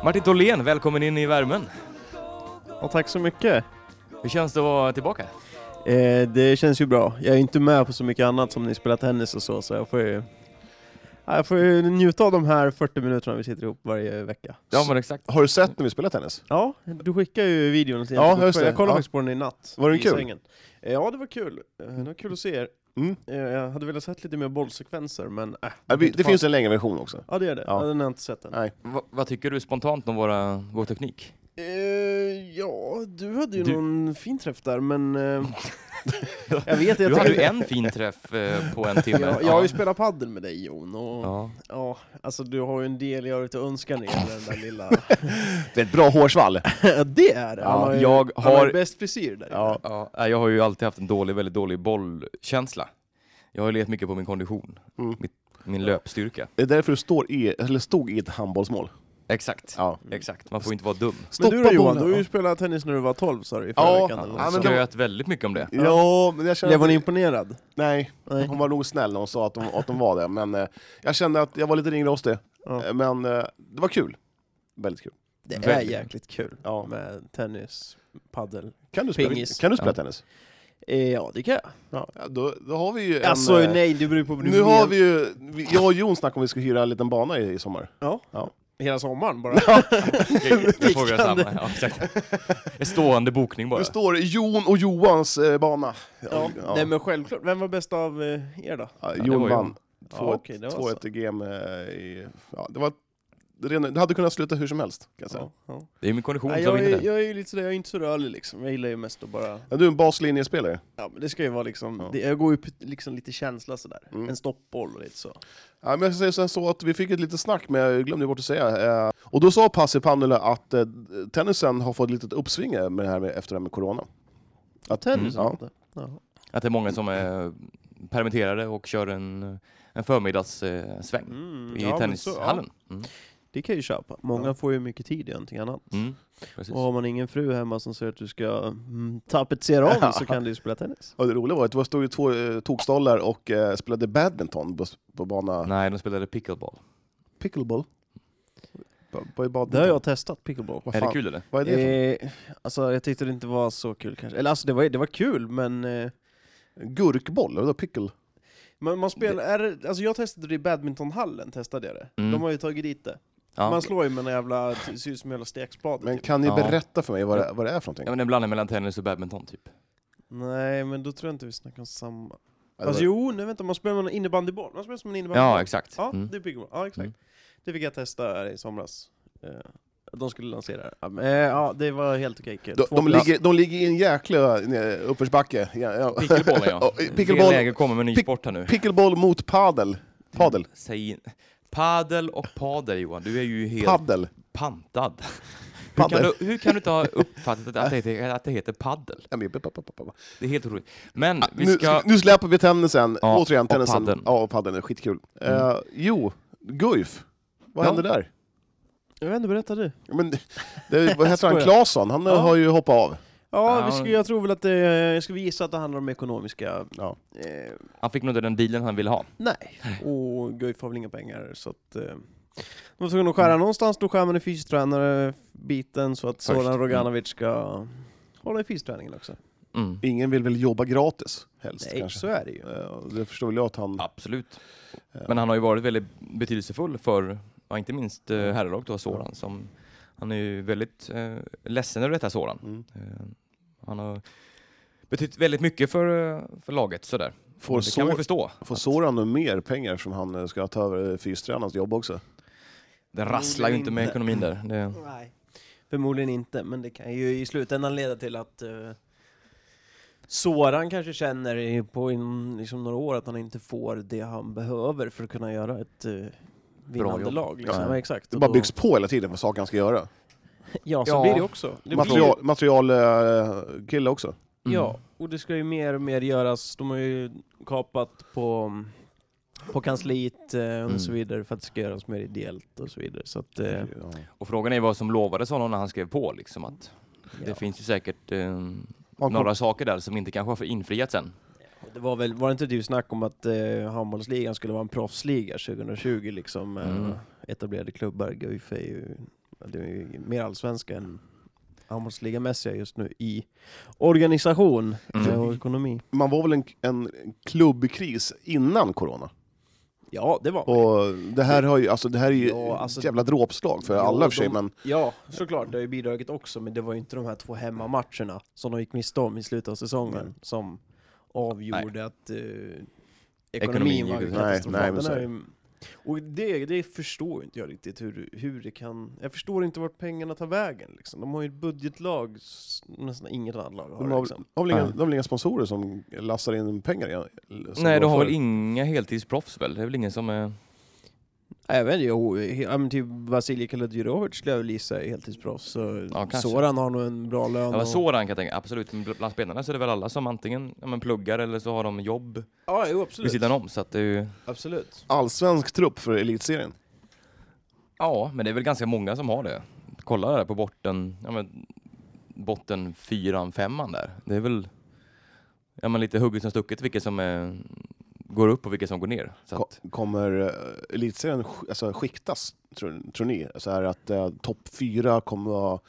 Speaker 1: Martin Dolén, välkommen in i värmen.
Speaker 6: Ja, tack så mycket.
Speaker 1: Hur känns det att vara tillbaka?
Speaker 6: Eh, det känns ju bra. Jag är inte med på så mycket annat som ni spelar tennis och så, så jag får ju, ja, jag får ju njuta av de här 40 minuterna vi sitter ihop varje vecka.
Speaker 1: Ja men exakt.
Speaker 2: Har du sett när vi spelar tennis?
Speaker 6: Ja, du skickar ju videon till
Speaker 2: Ja, just det.
Speaker 6: Jag kollade
Speaker 2: Ja.
Speaker 6: faktiskt på den i natt.
Speaker 2: Var den
Speaker 6: i
Speaker 2: kul?
Speaker 6: sängen. Eh, Ja, det var kul. Eh, Det var kul att se er.
Speaker 2: Mm.
Speaker 6: Eh, Jag hade velat sett lite mer bollsekvenser, men äh,
Speaker 2: Ja, vi-
Speaker 6: inte
Speaker 2: Det
Speaker 6: fan-
Speaker 2: finns en längre version också.
Speaker 6: Ja, det är det.
Speaker 2: Ja.
Speaker 6: Ja. Den har jag inte sett än.
Speaker 2: Nej.
Speaker 1: Va, vad tycker du spontant om våra, vår teknik?
Speaker 6: Eh, ja, du hade ju
Speaker 1: Du-
Speaker 6: någon fin träff där, men... eh, jag vet, jag
Speaker 1: Du hade ju
Speaker 6: tänkte-
Speaker 1: en fin träff eh, på en timme.
Speaker 6: Ja, jag har ju spelat padel med dig Jon, och
Speaker 1: Ja.
Speaker 6: Ja, alltså du har ju en del i övrigt att önska när det gäller den där lilla...
Speaker 2: Det är ett bra hårsvall.
Speaker 6: det är det!
Speaker 1: Ja,
Speaker 6: Han har ju,
Speaker 1: jag
Speaker 6: han har
Speaker 1: har-
Speaker 6: ju bäst frisyr där
Speaker 2: Ja.
Speaker 1: Ja, nej, jag har ju alltid haft en dålig, väldigt dålig bollkänsla. Jag har ju legat mycket på min kondition,
Speaker 2: Mm.
Speaker 1: mitt, min löpstyrka.
Speaker 2: Det är därför du står i, eller stod i ett handbollsmål.
Speaker 1: Exakt,
Speaker 2: Ja.
Speaker 1: exakt. Man får inte vara dum.
Speaker 6: Men du då
Speaker 2: Stoppa
Speaker 6: Johan,
Speaker 2: bollen.
Speaker 6: du har ju spelat tennis när du var 12 sa du i förra
Speaker 2: Ja,
Speaker 6: veckan eller
Speaker 2: ja,
Speaker 6: något
Speaker 2: men
Speaker 1: Alltså,
Speaker 6: sånt.
Speaker 2: det var-
Speaker 1: Skröt väldigt mycket om det.
Speaker 2: Ja, men jag kände...
Speaker 6: Blev hon imponerad?
Speaker 2: Nej,
Speaker 6: Nej.
Speaker 2: hon var nog snäll när hon sa att de, att de var det, men eh, jag kände att jag var lite ringrostig.
Speaker 6: Ja.
Speaker 2: Eh, Men eh, det var kul. Väldigt kul.
Speaker 6: Det är
Speaker 1: Väldigt.
Speaker 6: jäkligt kul
Speaker 2: Ja.
Speaker 6: med tennis, paddel.
Speaker 2: Kan du spela,
Speaker 6: Pingis.
Speaker 2: kan du spela
Speaker 1: Ja.
Speaker 2: tennis?
Speaker 6: Eh, ja, det kan jag.
Speaker 2: Ja, då, då har vi ju en...
Speaker 6: Alltså
Speaker 2: eh,
Speaker 6: nej, det beror på vad du
Speaker 2: nu
Speaker 6: menar.
Speaker 2: har vi ju... vi- Jag och Jon snackade om vi skulle hyra en liten bana i, i sommar.
Speaker 6: Ja.
Speaker 2: Ja.
Speaker 6: Hela sommaren bara.
Speaker 1: Jag frågar samma. Ja, exakt. En stående bokning bara.
Speaker 2: Det står Jon och Johans eh, bana.
Speaker 6: ja.
Speaker 2: Ja.
Speaker 6: Nej men självklart. Vem var bäst av eh, er då?
Speaker 2: Ja,
Speaker 1: det var
Speaker 2: Jon
Speaker 1: ju-
Speaker 2: vann.
Speaker 6: Ja,
Speaker 2: 2-1
Speaker 6: okej, det var så.
Speaker 2: 2-1 i GM. eh, i- Ja, det, var, ren- det hade kunnat sluta hur som helst. Kan jag säga.
Speaker 6: Ja, ja.
Speaker 1: Det är min kondition
Speaker 6: Nej,
Speaker 1: som
Speaker 6: jag,
Speaker 1: vinner
Speaker 6: är,
Speaker 1: den.
Speaker 6: jag är ju lite sådär, jag är inte så rörlig liksom. Jag gillar ju mest att bara...
Speaker 2: Ja. Du är en baslinjespelare.
Speaker 6: Ja men det ska ju vara liksom,
Speaker 2: Ja.
Speaker 6: det, jag går ju på liksom lite känsla sådär.
Speaker 2: Mm.
Speaker 6: En stoppboll och lite så.
Speaker 2: Ja, men jag ska säga sen så att vi fick ett litet snack, men jag glömde bort att säga. eh, Och då sa Pasi Pannula att eh, tennisen har fått ett litet uppsving med det här med, efter det här med corona. Att
Speaker 6: Tennis
Speaker 2: Mm.
Speaker 6: och sånt där. Ja.
Speaker 1: Att det är många som är permitterade och kör en, en förmiddagssväng
Speaker 6: Mm,
Speaker 1: i
Speaker 6: ja, men så-
Speaker 1: tennishallen. Mm.
Speaker 6: ja. Det kan jag ju köpa. Många får ju mycket tid i någonting annat.
Speaker 1: Mm. Precis.
Speaker 6: Och har man ingen fru hemma som säger att du ska mm, tapetsera om så kan du ju spela tennis.
Speaker 2: Och det roliga var att det var- stod ju två eh, tokstollar och eh, spelade badminton på, på bana
Speaker 1: Nej, de spelade pickleball.
Speaker 2: pickleball. Ba- Vad är
Speaker 6: Det har
Speaker 2: badminton?
Speaker 6: jag testat, pickleball.
Speaker 2: Vad
Speaker 1: Är det
Speaker 2: fan?
Speaker 1: kul eller?
Speaker 2: Vad är det? för-
Speaker 6: Eh, alltså jag tyckte det inte var så kul kanske. Eller alltså det var, det var kul men... Eh,
Speaker 2: Gurkboll? Vadå pickle?
Speaker 6: man, man spelar, är det, alltså jag testade det i badmintonhallen, testade jag det.
Speaker 1: Mm.
Speaker 6: De har ju tagit dit det.
Speaker 1: Ja.
Speaker 6: Man slår ju med en jävla, det ser ut som en jävla stekspadel
Speaker 2: Men
Speaker 6: typ.
Speaker 2: kan ni
Speaker 1: Ja.
Speaker 2: berätta för mig vad det, vad det är för
Speaker 1: ja,
Speaker 2: någonting?
Speaker 1: men en blandning mellan tennis och badminton typ.
Speaker 6: Nej men då tror jag inte vi snackar om samma.
Speaker 2: Ja, det
Speaker 6: alltså
Speaker 2: var-
Speaker 6: jo, nu vänta, man spelar med en innebandyboll. Man spelar som en innebandyboll.
Speaker 1: Ja, exakt.
Speaker 6: Ja,
Speaker 1: Mm.
Speaker 6: det är pickleball. Ja, exakt.
Speaker 1: Mm.
Speaker 6: Det fick jag testa här i somras. Eh, De skulle lansera det. Ja, men, eh, ja, det var helt okej kul.
Speaker 2: de,
Speaker 6: Två
Speaker 2: de,
Speaker 6: plus.
Speaker 2: ligger, de ligger i en jäkla eh, uppförsbacke. Ja, ja.
Speaker 1: Picklebollen ja.
Speaker 2: Ja, eh,
Speaker 1: Pickleball...
Speaker 2: pickleball,
Speaker 1: läge kommer med ny
Speaker 2: pick-
Speaker 1: sport här nu.
Speaker 2: pickleball mot padel. Padel.
Speaker 1: Säg in. Padel och padel Johan, du är ju helt
Speaker 2: Paddel.
Speaker 1: pantad. Hur kan,
Speaker 2: Padel.
Speaker 1: du, hur kan du inte ha uppfattat att det, heter, att det heter paddel?
Speaker 2: Ja, men- pa- pa- pa- pa- pa.
Speaker 1: Det är helt otroligt. Men vi
Speaker 2: Ah, Nu,
Speaker 1: ska...
Speaker 2: nu släpper vi tennisen.
Speaker 1: Ja,
Speaker 2: Återigen
Speaker 1: och
Speaker 2: tennisen.
Speaker 1: paddeln.
Speaker 2: Ja, och paddeln. är Skitkul. Eh, jo, Guif. Vad
Speaker 6: Ja.
Speaker 2: hände där?
Speaker 6: Jag vet inte, berätta du.
Speaker 2: Ja, Men, det, vad heter han?
Speaker 6: Skojar.
Speaker 2: Claesson? Han eh,
Speaker 6: Ja.
Speaker 2: har ju hoppat av.
Speaker 6: Ja,
Speaker 1: Ja.
Speaker 6: vi ska, jag tror väl att det, ska vi gissa att det handlar om ekonomiska...
Speaker 2: Ja.
Speaker 6: Eh,
Speaker 1: Han fick nog inte den dealen han ville ha.
Speaker 6: nej, och Guif har väl inga pengar så att... Eh, de var tvungna att skära någonstans, då skär man i fystränare-biten så att Zoran
Speaker 1: Mm.
Speaker 6: Roganovic ska hålla i fysträningen också.
Speaker 1: Mm.
Speaker 2: Ingen vill väl jobba gratis, helst
Speaker 6: Nej,
Speaker 2: kanske.
Speaker 6: så är det ju.
Speaker 2: Eh, det förstår väl jag att han...
Speaker 1: Absolut.
Speaker 2: Ja.
Speaker 1: Men han har ju varit väldigt betydelsefull för, ja, inte minst eh, herrlag då, Soran. Som, han är ju väldigt eh, ledsen över detta Soran.
Speaker 2: Mm.
Speaker 1: Eh, han har betytt väldigt mycket för, eh, för laget sådär.
Speaker 2: Får,
Speaker 1: det kan man
Speaker 2: så,
Speaker 1: ju förstå.
Speaker 2: får Soran nu mer pengar som han eh, ska ta över eh, fystränarens jobb också?
Speaker 1: Det rasslar ju inte med
Speaker 6: inte.
Speaker 1: ekonomin där. Det,
Speaker 6: Nej. Förmodligen inte, men det kan ju i slutändan leda till att eh, Soran kanske känner i- på in, liksom några år att han inte får det han behöver för att kunna göra ett eh, vinnande
Speaker 1: jobb.
Speaker 6: lag. Liksom.
Speaker 2: Ja.
Speaker 6: Ja. exakt.
Speaker 2: Det
Speaker 6: Och
Speaker 2: bara
Speaker 6: då-
Speaker 2: byggs på hela tiden vad saker han ska göra.
Speaker 6: Ja, så
Speaker 1: Ja.
Speaker 6: blir det också. Det
Speaker 2: Material, material eh, kille också.
Speaker 1: Mm.
Speaker 6: Blir, ja, och det ska ju mer och mer göras. De har ju kapat på, på kansliet eh, och
Speaker 1: Mm.
Speaker 6: så vidare för att det ska göras mer ideellt och så vidare. Så att, eh,
Speaker 2: Ja.
Speaker 1: Och frågan är vad som lovades honom när han skrev på. Liksom, att Det
Speaker 6: Ja.
Speaker 1: finns ju säkert eh,
Speaker 2: kom-
Speaker 1: några saker där som inte kanske har infriats än.
Speaker 6: Det var väl, var det inte du snack om att eh, handbollsligan skulle vara en proffsliga 2020 liksom?
Speaker 1: Mm.
Speaker 6: Eh, etablerade klubbar, Guif är ju, det är ju mer allsvenska än handbollsligamässiga just nu i organisation
Speaker 1: Mm.
Speaker 6: eh, och ekonomi.
Speaker 2: Man var väl en, en klubbkris innan corona?
Speaker 6: Ja, det var
Speaker 2: Och det här, har ju, alltså, det här är ju
Speaker 6: Ja, alltså-
Speaker 2: ett jävla dråpslag för
Speaker 6: Ja,
Speaker 2: alla i och för sig,
Speaker 6: de-
Speaker 2: men
Speaker 6: Ja, såklart, det har ju bidragit också, men det var ju inte de här två hemmamatcherna som de gick miste om i slutet av säsongen
Speaker 2: Nej.
Speaker 6: som avgjorde att eh,
Speaker 1: Ekonomin
Speaker 6: ekonomin var
Speaker 1: gick ut.
Speaker 6: katastrofal.
Speaker 2: Nej, nej, men
Speaker 6: Den
Speaker 2: så är
Speaker 6: är ju- och det, det förstår inte jag riktigt hur, hur det kan... Jag förstår inte vart pengarna tar vägen liksom. De har ju ett budgetlag, s- nästan inget annat lag har,
Speaker 2: de har,
Speaker 6: liksom.
Speaker 2: de har, väl inga,
Speaker 1: Nej.
Speaker 2: de har väl inga sponsorer som lassar in pengar? igen, eller som
Speaker 1: Nej,
Speaker 2: går
Speaker 1: de har
Speaker 2: för-
Speaker 1: väl inga heltidsproffs väl? Det är väl ingen som är...
Speaker 6: Nej, Jag vet inte, jo, he- ja, men typ Vasilij Kaladyrovic skulle jag väl gissa är heltidsproffs. Så
Speaker 1: Ja, kanske.
Speaker 6: Soran har nog en bra lön.
Speaker 1: Ja, men
Speaker 6: och-
Speaker 1: sådan kan jag tänka, absolut. Men bl- bland spelarna så är det väl alla som antingen ja, men pluggar eller så har de jobb
Speaker 6: ja jo,
Speaker 1: vid
Speaker 6: absolut.
Speaker 1: sidan om. Så att det är ju...
Speaker 6: absolut.
Speaker 2: Allsvensk trupp för elitserien?
Speaker 1: Ja, men det är väl ganska många som har det. Kolla där på botten, ja, men, botten fyran, femman där. Det är väl ja, men lite hugget som stucket vilka som eh, går upp och vilka som går ner. Så att,
Speaker 2: Ko- Kommer eh, elitserien sk- alltså, skiktas, tror, tror ni? Så här att eh, topp fyra kommer vara...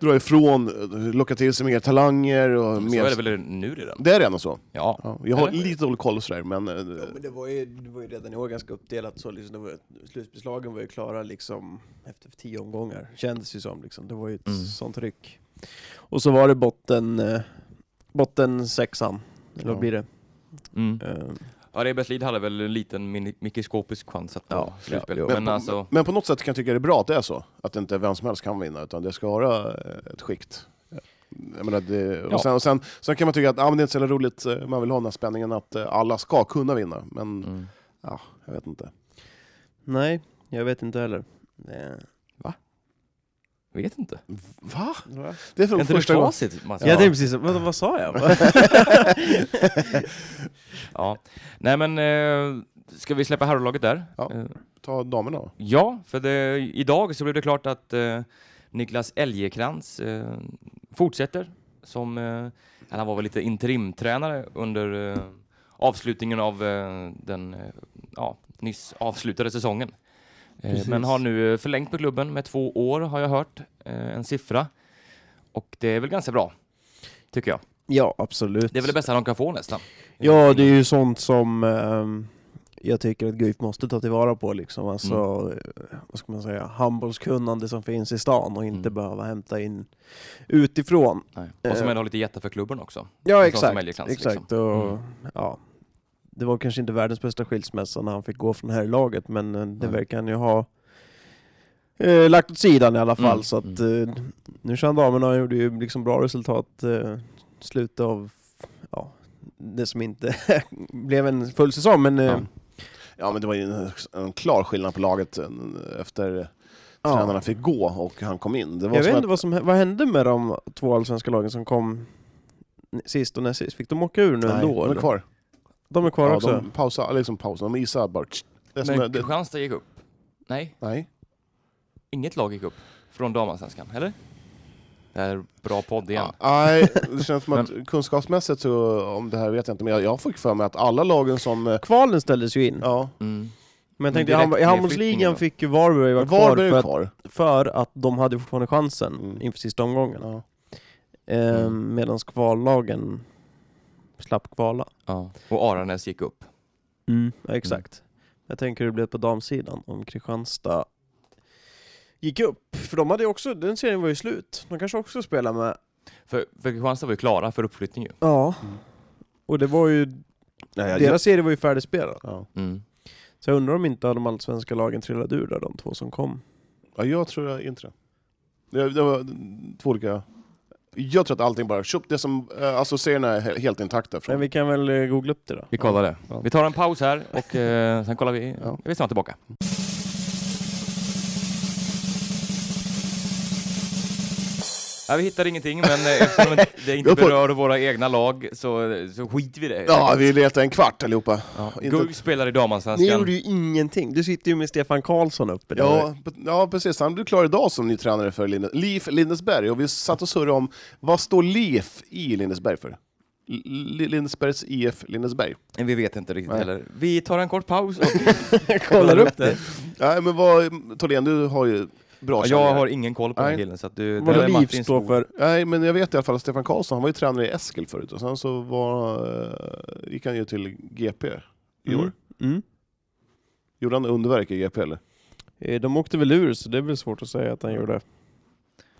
Speaker 2: dra ifrån, eh, locka till sig mer talanger och
Speaker 1: Så
Speaker 2: mer...
Speaker 1: är det väl nu redan?
Speaker 2: Det är redan så.
Speaker 1: Ja.
Speaker 2: Ja, jag har
Speaker 1: Eller?
Speaker 2: lite dålig koll och sådär, men... eh,
Speaker 6: Ja, men det, var ju, det var ju redan i år ganska uppdelat så. Liksom, det var, slutbeslagen var ju klara liksom, efter tio omgångar, kändes ju som. Liksom. Det var ju ett
Speaker 1: Mm.
Speaker 6: sånt tryck. Och så var det botten, eh, botten sexan, eller vad
Speaker 2: Ja.
Speaker 6: blir det?
Speaker 1: Mm.
Speaker 6: Eh,
Speaker 1: Ja, Reberslid hade väl en liten mini- mikroskopisk chans att
Speaker 6: Ja,
Speaker 1: ta slutspel.
Speaker 6: ja, jo.
Speaker 1: men alltså,
Speaker 2: Men på något sätt kan jag tycka det är bra att det är så. Att det inte vem som helst kan vinna, utan det ska vara eh, ett skikt. Jag menar, det,
Speaker 1: Ja.
Speaker 2: och sen, och sen, sen kan man tycka att ah, men det är inte så jävla roligt, eh, man vill ha den här spänningen att eh, alla ska kunna vinna. Men
Speaker 1: mm.
Speaker 2: jag vet inte.
Speaker 6: nej, jag vet inte heller. Eh,
Speaker 1: vet inte.
Speaker 2: Va?
Speaker 6: va?
Speaker 2: Det är
Speaker 1: Är
Speaker 2: från
Speaker 1: inte det
Speaker 2: första gången.
Speaker 1: facit? Mats?
Speaker 6: Jag tänkte precis, vad, vad sa jag?
Speaker 1: Ja. Nej men, eh, ska vi släppa herrlaget där?
Speaker 2: Ja.
Speaker 1: Eh,
Speaker 2: Ta damerna då.
Speaker 1: ja för det, idag så blev det klart att eh, Niklas Elgekrans eh, fortsätter som, eh, han var väl lite interimtränare under eh, avslutningen av eh, den eh, ja, nyss avslutade säsongen. Eh,
Speaker 6: Precis.
Speaker 1: men har nu eh, förlängt på klubben med två år har jag hört, eh, en siffra. Och det är väl ganska bra, tycker jag.
Speaker 6: ja, absolut.
Speaker 1: Det är väl det bästa de kan få nästan.
Speaker 6: Ja, det är ju sånt som ehm, jag tycker att Guif måste ta tillvara på. Liksom. Alltså,
Speaker 1: Mm.
Speaker 6: eh, vad ska man säga, handbollskunnande som finns i stan och inte
Speaker 1: Mm.
Speaker 6: behöva hämta in utifrån. Eh,
Speaker 1: Nej. Och som ändå har lite hjärta för klubben också.
Speaker 6: Ja,
Speaker 1: som
Speaker 6: exakt.
Speaker 1: Elgekrans, liksom.
Speaker 6: exakt och,
Speaker 2: Mm.
Speaker 6: ja. Det var kanske inte världens bästa skilsmässa när han fick gå från här laget men eh, det
Speaker 1: Nej.
Speaker 6: verkar han ju ha eh, lagt åt sidan i alla fall.
Speaker 1: Mm,
Speaker 6: Så att, eh, nu känner damerna gjorde ju liksom bra resultat eh, slutet av ja, det som inte blev en full säsong. Men, eh,
Speaker 1: Ja.
Speaker 2: Ja, men det var ju en, en klar skillnad på laget eh, efter
Speaker 6: Ja.
Speaker 2: tränarna fick gå och han kom in. Det var
Speaker 6: jag vet
Speaker 2: som
Speaker 6: inte
Speaker 2: att,
Speaker 6: vad som vad hände med de två allsvenska lagen som kom sist och näst sist. Fick de åka ur nu
Speaker 2: nej,
Speaker 6: ändå?
Speaker 2: de är
Speaker 6: eller?
Speaker 2: kvar.
Speaker 6: De är kvar
Speaker 2: ja,
Speaker 6: också?
Speaker 2: De pausar, liksom pausar, de isar bara. tsch. Det är som är-
Speaker 1: Men
Speaker 2: det,
Speaker 1: Kristianstad gick upp. Nej,
Speaker 2: nej.
Speaker 1: inget lag gick upp från damallsvenskan, eller? Det här är bra podd igen.
Speaker 2: Ja, Nej, det känns som att kunskapsmässigt så, om det här vet jag inte, men jag, jag fick för mig att alla lagen som... eh,
Speaker 6: Kvalen ställdes ju in.
Speaker 2: Ja,
Speaker 1: Mm.
Speaker 6: Men jag tänkte, i
Speaker 1: direkt
Speaker 6: handbo- i
Speaker 1: med
Speaker 6: handbollsligan
Speaker 1: flyttningen
Speaker 6: fick ju Varberg vara kvar,
Speaker 2: Varberg
Speaker 6: för,
Speaker 2: är
Speaker 6: att,
Speaker 2: kvar.
Speaker 6: för att de hade fortfarande chansen
Speaker 2: Mm.
Speaker 6: inför sista omgången.
Speaker 2: Ja.
Speaker 6: Ehm,
Speaker 1: Mm.
Speaker 6: Medan kvallagen slapp kvala.
Speaker 1: Ja. Och Aranäs gick upp.
Speaker 6: Ja, exakt. Jag tänker hur det blev på damsidan om Kristianstad gick upp. För de hade ju också, den serien var ju slut. De kanske också spelar med...
Speaker 1: För, för Kristianstad var ju klara för uppflyttning ju.
Speaker 6: Ja. Och det var ju,
Speaker 2: Nej, jag,
Speaker 6: deras serie var ju färdigspelad.
Speaker 2: ja.
Speaker 1: Mm.
Speaker 6: Så jag undrar om inte de allsvenska lagen trillade ur där, de två som kom.
Speaker 2: ja, jag tror inte det. det. Det var två olika... Jag tror att allting bara... Tjup, det som, eh, alltså serierna är he- helt intakta.
Speaker 6: Men
Speaker 2: Från.
Speaker 6: vi kan väl eh, googla upp det då.
Speaker 1: Vi kollar det.
Speaker 2: Ja.
Speaker 1: Vi tar en paus här och eh, sen kollar vi.
Speaker 2: Ja.
Speaker 1: Vi är snart tillbaka. Ja, vi hittar ingenting, men eh, eftersom det inte
Speaker 2: Jag får-
Speaker 1: berör våra egna lag så, så skiter vi i det.
Speaker 2: Ja, vi letar en kvart allihopa.
Speaker 1: Ja.
Speaker 2: inte-
Speaker 1: Guif spelar i
Speaker 6: Ni
Speaker 1: damallsvenskan.
Speaker 6: gjorde ju ingenting. Du sitter ju med Stefan Karlsson uppe där.
Speaker 2: Ja, p- ja, precis. Han blev klar idag som ny tränare för Lin- LIF Lindesberg. Och vi satt och surrade om, vad står LIF i Lindesberg för? L- L- Lindesbergs IF Lindesberg.
Speaker 1: Vi vet inte riktigt
Speaker 2: Nej.
Speaker 1: heller. Vi tar en kort paus och
Speaker 6: kollar upp det.
Speaker 2: Nej, men vad, Tholén, du har ju bra
Speaker 1: Ja,
Speaker 2: källor.
Speaker 1: jag har ingen koll på den
Speaker 2: Nej.
Speaker 1: killen så att du... det här
Speaker 6: Vad
Speaker 1: är
Speaker 6: LIF
Speaker 1: Martin
Speaker 6: står
Speaker 1: Skog.
Speaker 6: för.
Speaker 2: Nej, men jag vet i alla fall att Stefan Karlsson, han var ju tränare i Eskil förut och sen så var, eh, gick han ju till GP i år.
Speaker 6: Mm. Mm.
Speaker 2: Gjorde han underverk i GP eller?
Speaker 6: Eh, De åkte väl ur, så det är väl svårt att säga att han gjorde.
Speaker 2: eller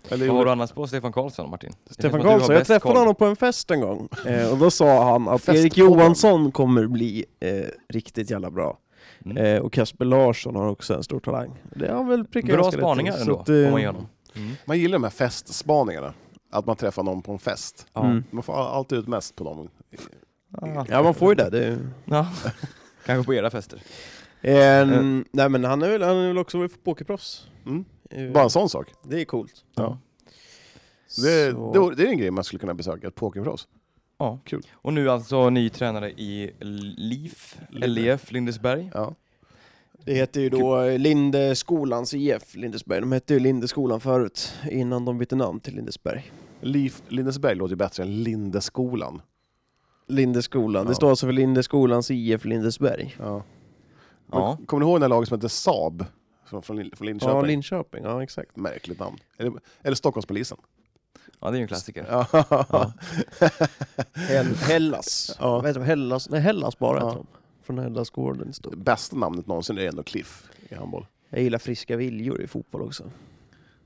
Speaker 1: Vad har du
Speaker 2: gjorde...
Speaker 1: annars på Stefan Karlsson Martin? Det känns som
Speaker 6: Stefan
Speaker 1: att du har
Speaker 6: Karlsson, jag
Speaker 1: bäst
Speaker 6: träffade
Speaker 1: koll.
Speaker 6: honom på en fest en gång. Eh, och då sa han att
Speaker 2: Fest
Speaker 6: Erik
Speaker 2: på honom.
Speaker 6: Johansson kommer bli eh, riktigt jävla bra.
Speaker 1: Mm.
Speaker 6: Eh, och Kasper Larsson har också en stor talang. Det har han väl prickat
Speaker 1: Bra
Speaker 6: ganska rätt
Speaker 1: spaningar
Speaker 6: i, så
Speaker 1: ändå,
Speaker 6: att, eh,
Speaker 1: får man ge honom. Mm.
Speaker 2: Man gillar de här festspaningarna. Att man träffar någon på en fest.
Speaker 1: Ja.
Speaker 6: Mm.
Speaker 2: Man får alltid ut mest på dem.
Speaker 6: Ja, man får ju det. det är...
Speaker 1: Ja. Kanske på era fester.
Speaker 6: Eh, Nej men han är väl, han är väl också pokerproffs.
Speaker 2: Mm.
Speaker 6: Eh,
Speaker 2: Bara en sån sak.
Speaker 6: Det är coolt.
Speaker 2: Ja. Det,
Speaker 6: Så-
Speaker 2: det, det är en grej man skulle kunna besöka, ett pokerproffs.
Speaker 1: Ja.
Speaker 2: Kul.
Speaker 1: Och nu alltså ny tränare i LIF, LIF Lindesberg.
Speaker 2: Ja.
Speaker 6: Det heter ju då eh, Lindeskolans IF Lindesberg. De hette ju Lindeskolan förut, innan de bytte namn till Lindesberg.
Speaker 2: Lif, Lindesberg låter ju bättre än Lindeskolan.
Speaker 6: Lindeskolan, det
Speaker 2: Ja.
Speaker 6: står alltså för Lindeskolans IF Lindesberg.
Speaker 2: Ja.
Speaker 1: Ja.
Speaker 2: Men Kommer ni ihåg det här laget som hette Saab? Från, från, Lin- från Linköping?
Speaker 6: Ja, Linköping, ja exakt.
Speaker 2: Märkligt namn. Eller, eller Stockholmspolisen.
Speaker 1: Ja, det är ju en klassiker.
Speaker 2: Ja.
Speaker 6: Hell, Hellas.
Speaker 2: Ja.
Speaker 6: Vad heter de? Hellas? Nej, Hellas bara
Speaker 2: Ja.
Speaker 6: heter de. Från Hellasgården. Stod.
Speaker 2: Bästa namnet någonsin är ändå Cliff i handboll.
Speaker 6: Jag gillar friska viljor i fotboll också.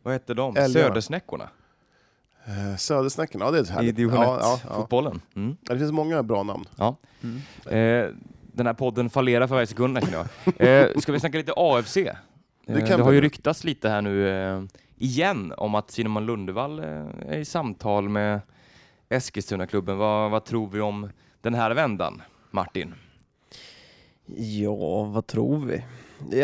Speaker 1: Vad hette de?
Speaker 2: Älgarna.
Speaker 1: Södersnäckorna
Speaker 2: Eh, Södersnäcken, ja det är ett
Speaker 1: i
Speaker 2: härligt.
Speaker 1: division 1,
Speaker 2: ja, ja, ja.
Speaker 1: fotbollen. Mm.
Speaker 2: Ja, Det finns många bra namn.
Speaker 1: Eh, den här podden fallerar för varje sekund här, känner jag. Eh, ska vi snacka lite AFC? Eh, det,
Speaker 2: kan vi
Speaker 1: har ju
Speaker 2: göra.
Speaker 1: ryktats lite här nu eh, igen om att Simon Lundevall eh, är i samtal med Eskilstuna-klubben. Vad, vad tror vi om den här vändan, Martin?
Speaker 6: Ja, vad tror vi?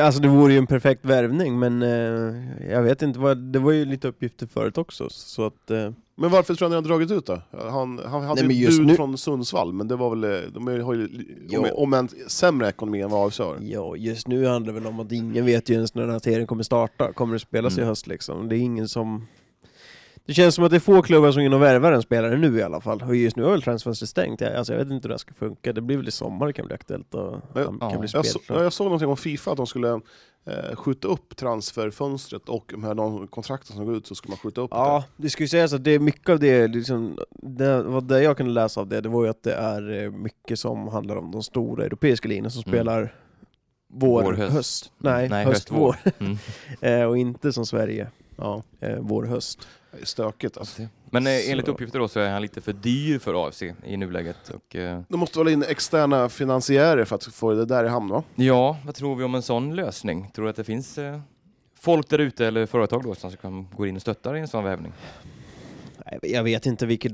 Speaker 6: Alltså det vore ju en perfekt värvning, men eh, jag vet inte. Vad, det var ju lite uppgifter förut också, så att... Eh,
Speaker 2: Men varför tror ni han har dragit ut då? Han, han hade ju
Speaker 6: Nej, men
Speaker 2: ett
Speaker 6: just
Speaker 2: bud
Speaker 6: nu-
Speaker 2: från Sundsvall, men det var väl, eh, de har ju li-
Speaker 6: Ja.
Speaker 2: om, om en sämre ekonomi än vad AFC har.
Speaker 6: ja, just nu handlar det väl om att ingen vet ju ens när den här serien kommer starta. Kommer det spelas
Speaker 1: Mm.
Speaker 6: i höst liksom? Det är ingen som... Det känns som att det är få klubbar som hinner värva en spelare nu i alla fall. Och just nu har väl transfönstret stängt. Jag, alltså, jag vet inte hur det här ska funka. Det blir väl i sommar det kan bli aktuellt och
Speaker 2: Men-
Speaker 6: kan
Speaker 1: ja,
Speaker 6: bli
Speaker 2: Jag, så,
Speaker 6: spelklart.
Speaker 2: ja, jag såg någonting om Fifa, att de skulle eh, skjuta upp transferfönstret och de här de kontrakten som går ut så skulle man skjuta upp
Speaker 6: Ja, det skulle sägas att det är mycket av det, liksom, det, vad det jag kunde läsa av det, det var ju att det är eh, mycket som handlar om de stora europeiska linjerna som
Speaker 1: Mm.
Speaker 6: spelar vår,
Speaker 1: Vår, höst.
Speaker 6: höst. Nej,
Speaker 1: Nej,
Speaker 6: höst,
Speaker 1: höst,
Speaker 6: vår.
Speaker 1: Mm.
Speaker 6: Eh, och inte som Sverige,
Speaker 2: det. Ja.
Speaker 6: eh, vår, höst.
Speaker 2: Det är stökigt alltså.
Speaker 1: Men eh, enligt
Speaker 6: Så.
Speaker 1: uppgifter då så är han lite för dyr för AFC i nuläget. Och, eh,
Speaker 2: De måste väl in externa finansiärer för att få det där i hamn va?
Speaker 1: ja, vad tror vi om en sån lösning? Tror du att det finns eh, folk där ute eller företag då som kan gå in och stötta i en sån vävning?
Speaker 6: Nej, Jag vet inte vilket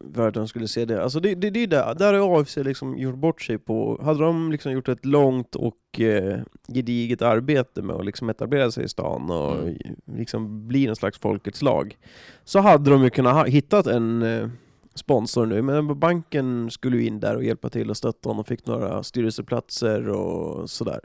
Speaker 6: värde de skulle se det. Alltså det, det, det är där, där har AFC liksom gjort bort sig på. Hade de liksom gjort ett långt och eh, gediget arbete med att liksom etablera sig i stan och
Speaker 1: Mm.
Speaker 6: liksom bli någon slags folkets lag, så hade de ju kunnat ha, hittat en eh, sponsor nu. Men banken skulle ju in där och hjälpa till och stötta honom och fick några styrelseplatser och sådär.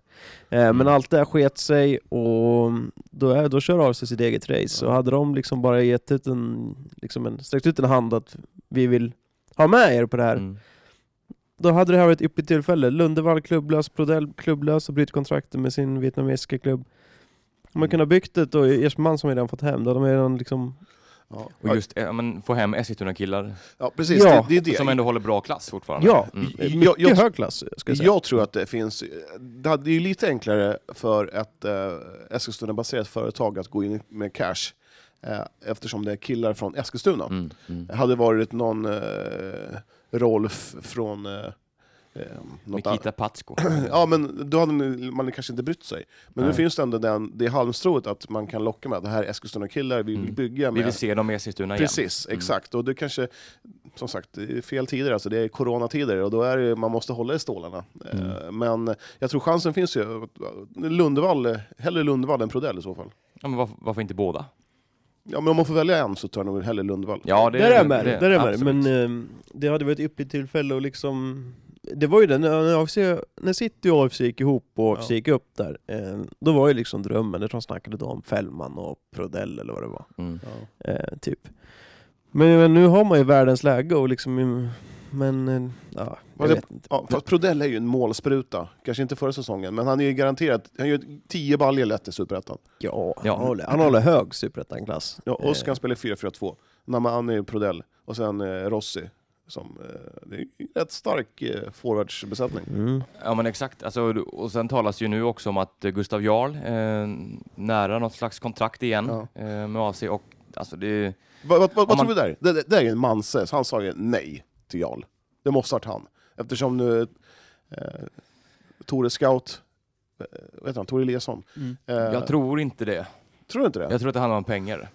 Speaker 6: Eh, Men allt det här sket sig och då, är, då kör AFC sitt eget race. Så hade de liksom bara gett ut en, liksom en, sträckt ut en hand att vi vill ha med er på det här,
Speaker 1: Mm.
Speaker 6: då hade det här varit ett ypperligt tillfälle. Lundevall klubblös, Prodell klubblös och bryter kontraktet med sin vietnamesiska klubb. Om
Speaker 2: Mm.
Speaker 6: man kunde ha byggt det och Ersman som vi redan fått hem, då hade de redan liksom...
Speaker 2: Ja,
Speaker 1: Och just eh, ja, men, få hem Eskilstuna-killar
Speaker 2: ja precis.
Speaker 6: Ja.
Speaker 2: Det, det är det.
Speaker 1: som ändå håller bra klass fortfarande.
Speaker 6: Ja,
Speaker 1: Mm.
Speaker 6: mycket
Speaker 2: jag-
Speaker 6: hög klass ska jag säga.
Speaker 2: Jag tror att det finns... Det hade ju lite enklare för ett eh, Eskilstuna-baserat företag att gå in med cash eh, eftersom det är killar från Eskilstuna.
Speaker 1: Mm.
Speaker 6: Eh,
Speaker 1: Mm.
Speaker 2: Det hade varit någon eh, Rolf från... Eh, eh, något annat.
Speaker 1: Nikita Patsko.
Speaker 2: Ja, men då hade man, man kanske inte brytt sig. Men nu
Speaker 1: Nej.
Speaker 2: finns det ändå den, det halmstrået att man kan locka med att det här är Eskilstuna-killar vi vill
Speaker 1: Mm.
Speaker 2: bygga
Speaker 1: Vi
Speaker 2: med.
Speaker 1: vill se dem i Eskilstuna igen.
Speaker 2: Precis,
Speaker 1: Mm.
Speaker 2: exakt. Och det kanske, som sagt, det är fel tider, alltså det är coronatider och då är det, man måste hålla i stålarna.
Speaker 1: Mm.
Speaker 2: Eh, Men jag tror chansen finns ju. Lundevall, hellre Lundevall än Prodell i så fall.
Speaker 1: Ja, men varför, varför inte båda?
Speaker 2: Ja, men om man får välja en så tar jag nog hellre Lundevall.
Speaker 1: Ja, det,
Speaker 6: där är jag med, där är jag med.
Speaker 1: absolut.
Speaker 6: men eh, det hade varit ett ypperligt tillfälle och liksom Det var ju det, när, när, AFC, när City och AFC gick ihop och AFC
Speaker 2: Ja.
Speaker 6: gick upp där eh, Då var ju liksom drömmen, jag tror de snackade då om Fällman och Prodell eller vad det var
Speaker 1: Mm.
Speaker 2: Ja.
Speaker 6: eh, typ. men, men nu har man ju världens läge och liksom mm, Men, eh, ja, jag
Speaker 2: det-
Speaker 6: vet inte
Speaker 2: Ja, fast Prodell är ju en målspruta. Kanske inte förra säsongen, men han är ju garanterat, han gör 10 baljor lätt i Superettan.
Speaker 6: Ja,
Speaker 1: Ja.
Speaker 6: Han, håller, han håller hög superettan-klass
Speaker 2: Ja, och så kan
Speaker 6: Eh,
Speaker 2: han spela i 4-4-2. Namani är Prodell och sen eh, Rossi. Som, eh, det är en rätt stark eh, forwardsbesättning.
Speaker 6: mm.
Speaker 1: Ja men exakt, alltså, och sen talas ju nu också om att eh, Gustav Jarl eh, nära något slags kontrakt igen
Speaker 2: Ja. Eh.
Speaker 1: eh, med AC och alltså det
Speaker 2: Vad, vad, vad
Speaker 1: Om man-
Speaker 2: tror du där? Det, det, det är ju en Manse, så han sa ju nej till Jarl. Det måste ha varit han. Eftersom nu eh, Tore Scout, eh, vad heter han, Tore Eliasson. Eh,
Speaker 1: Mm. jag tror inte det.
Speaker 2: tror du inte det?
Speaker 1: Jag tror att det handlar om pengar.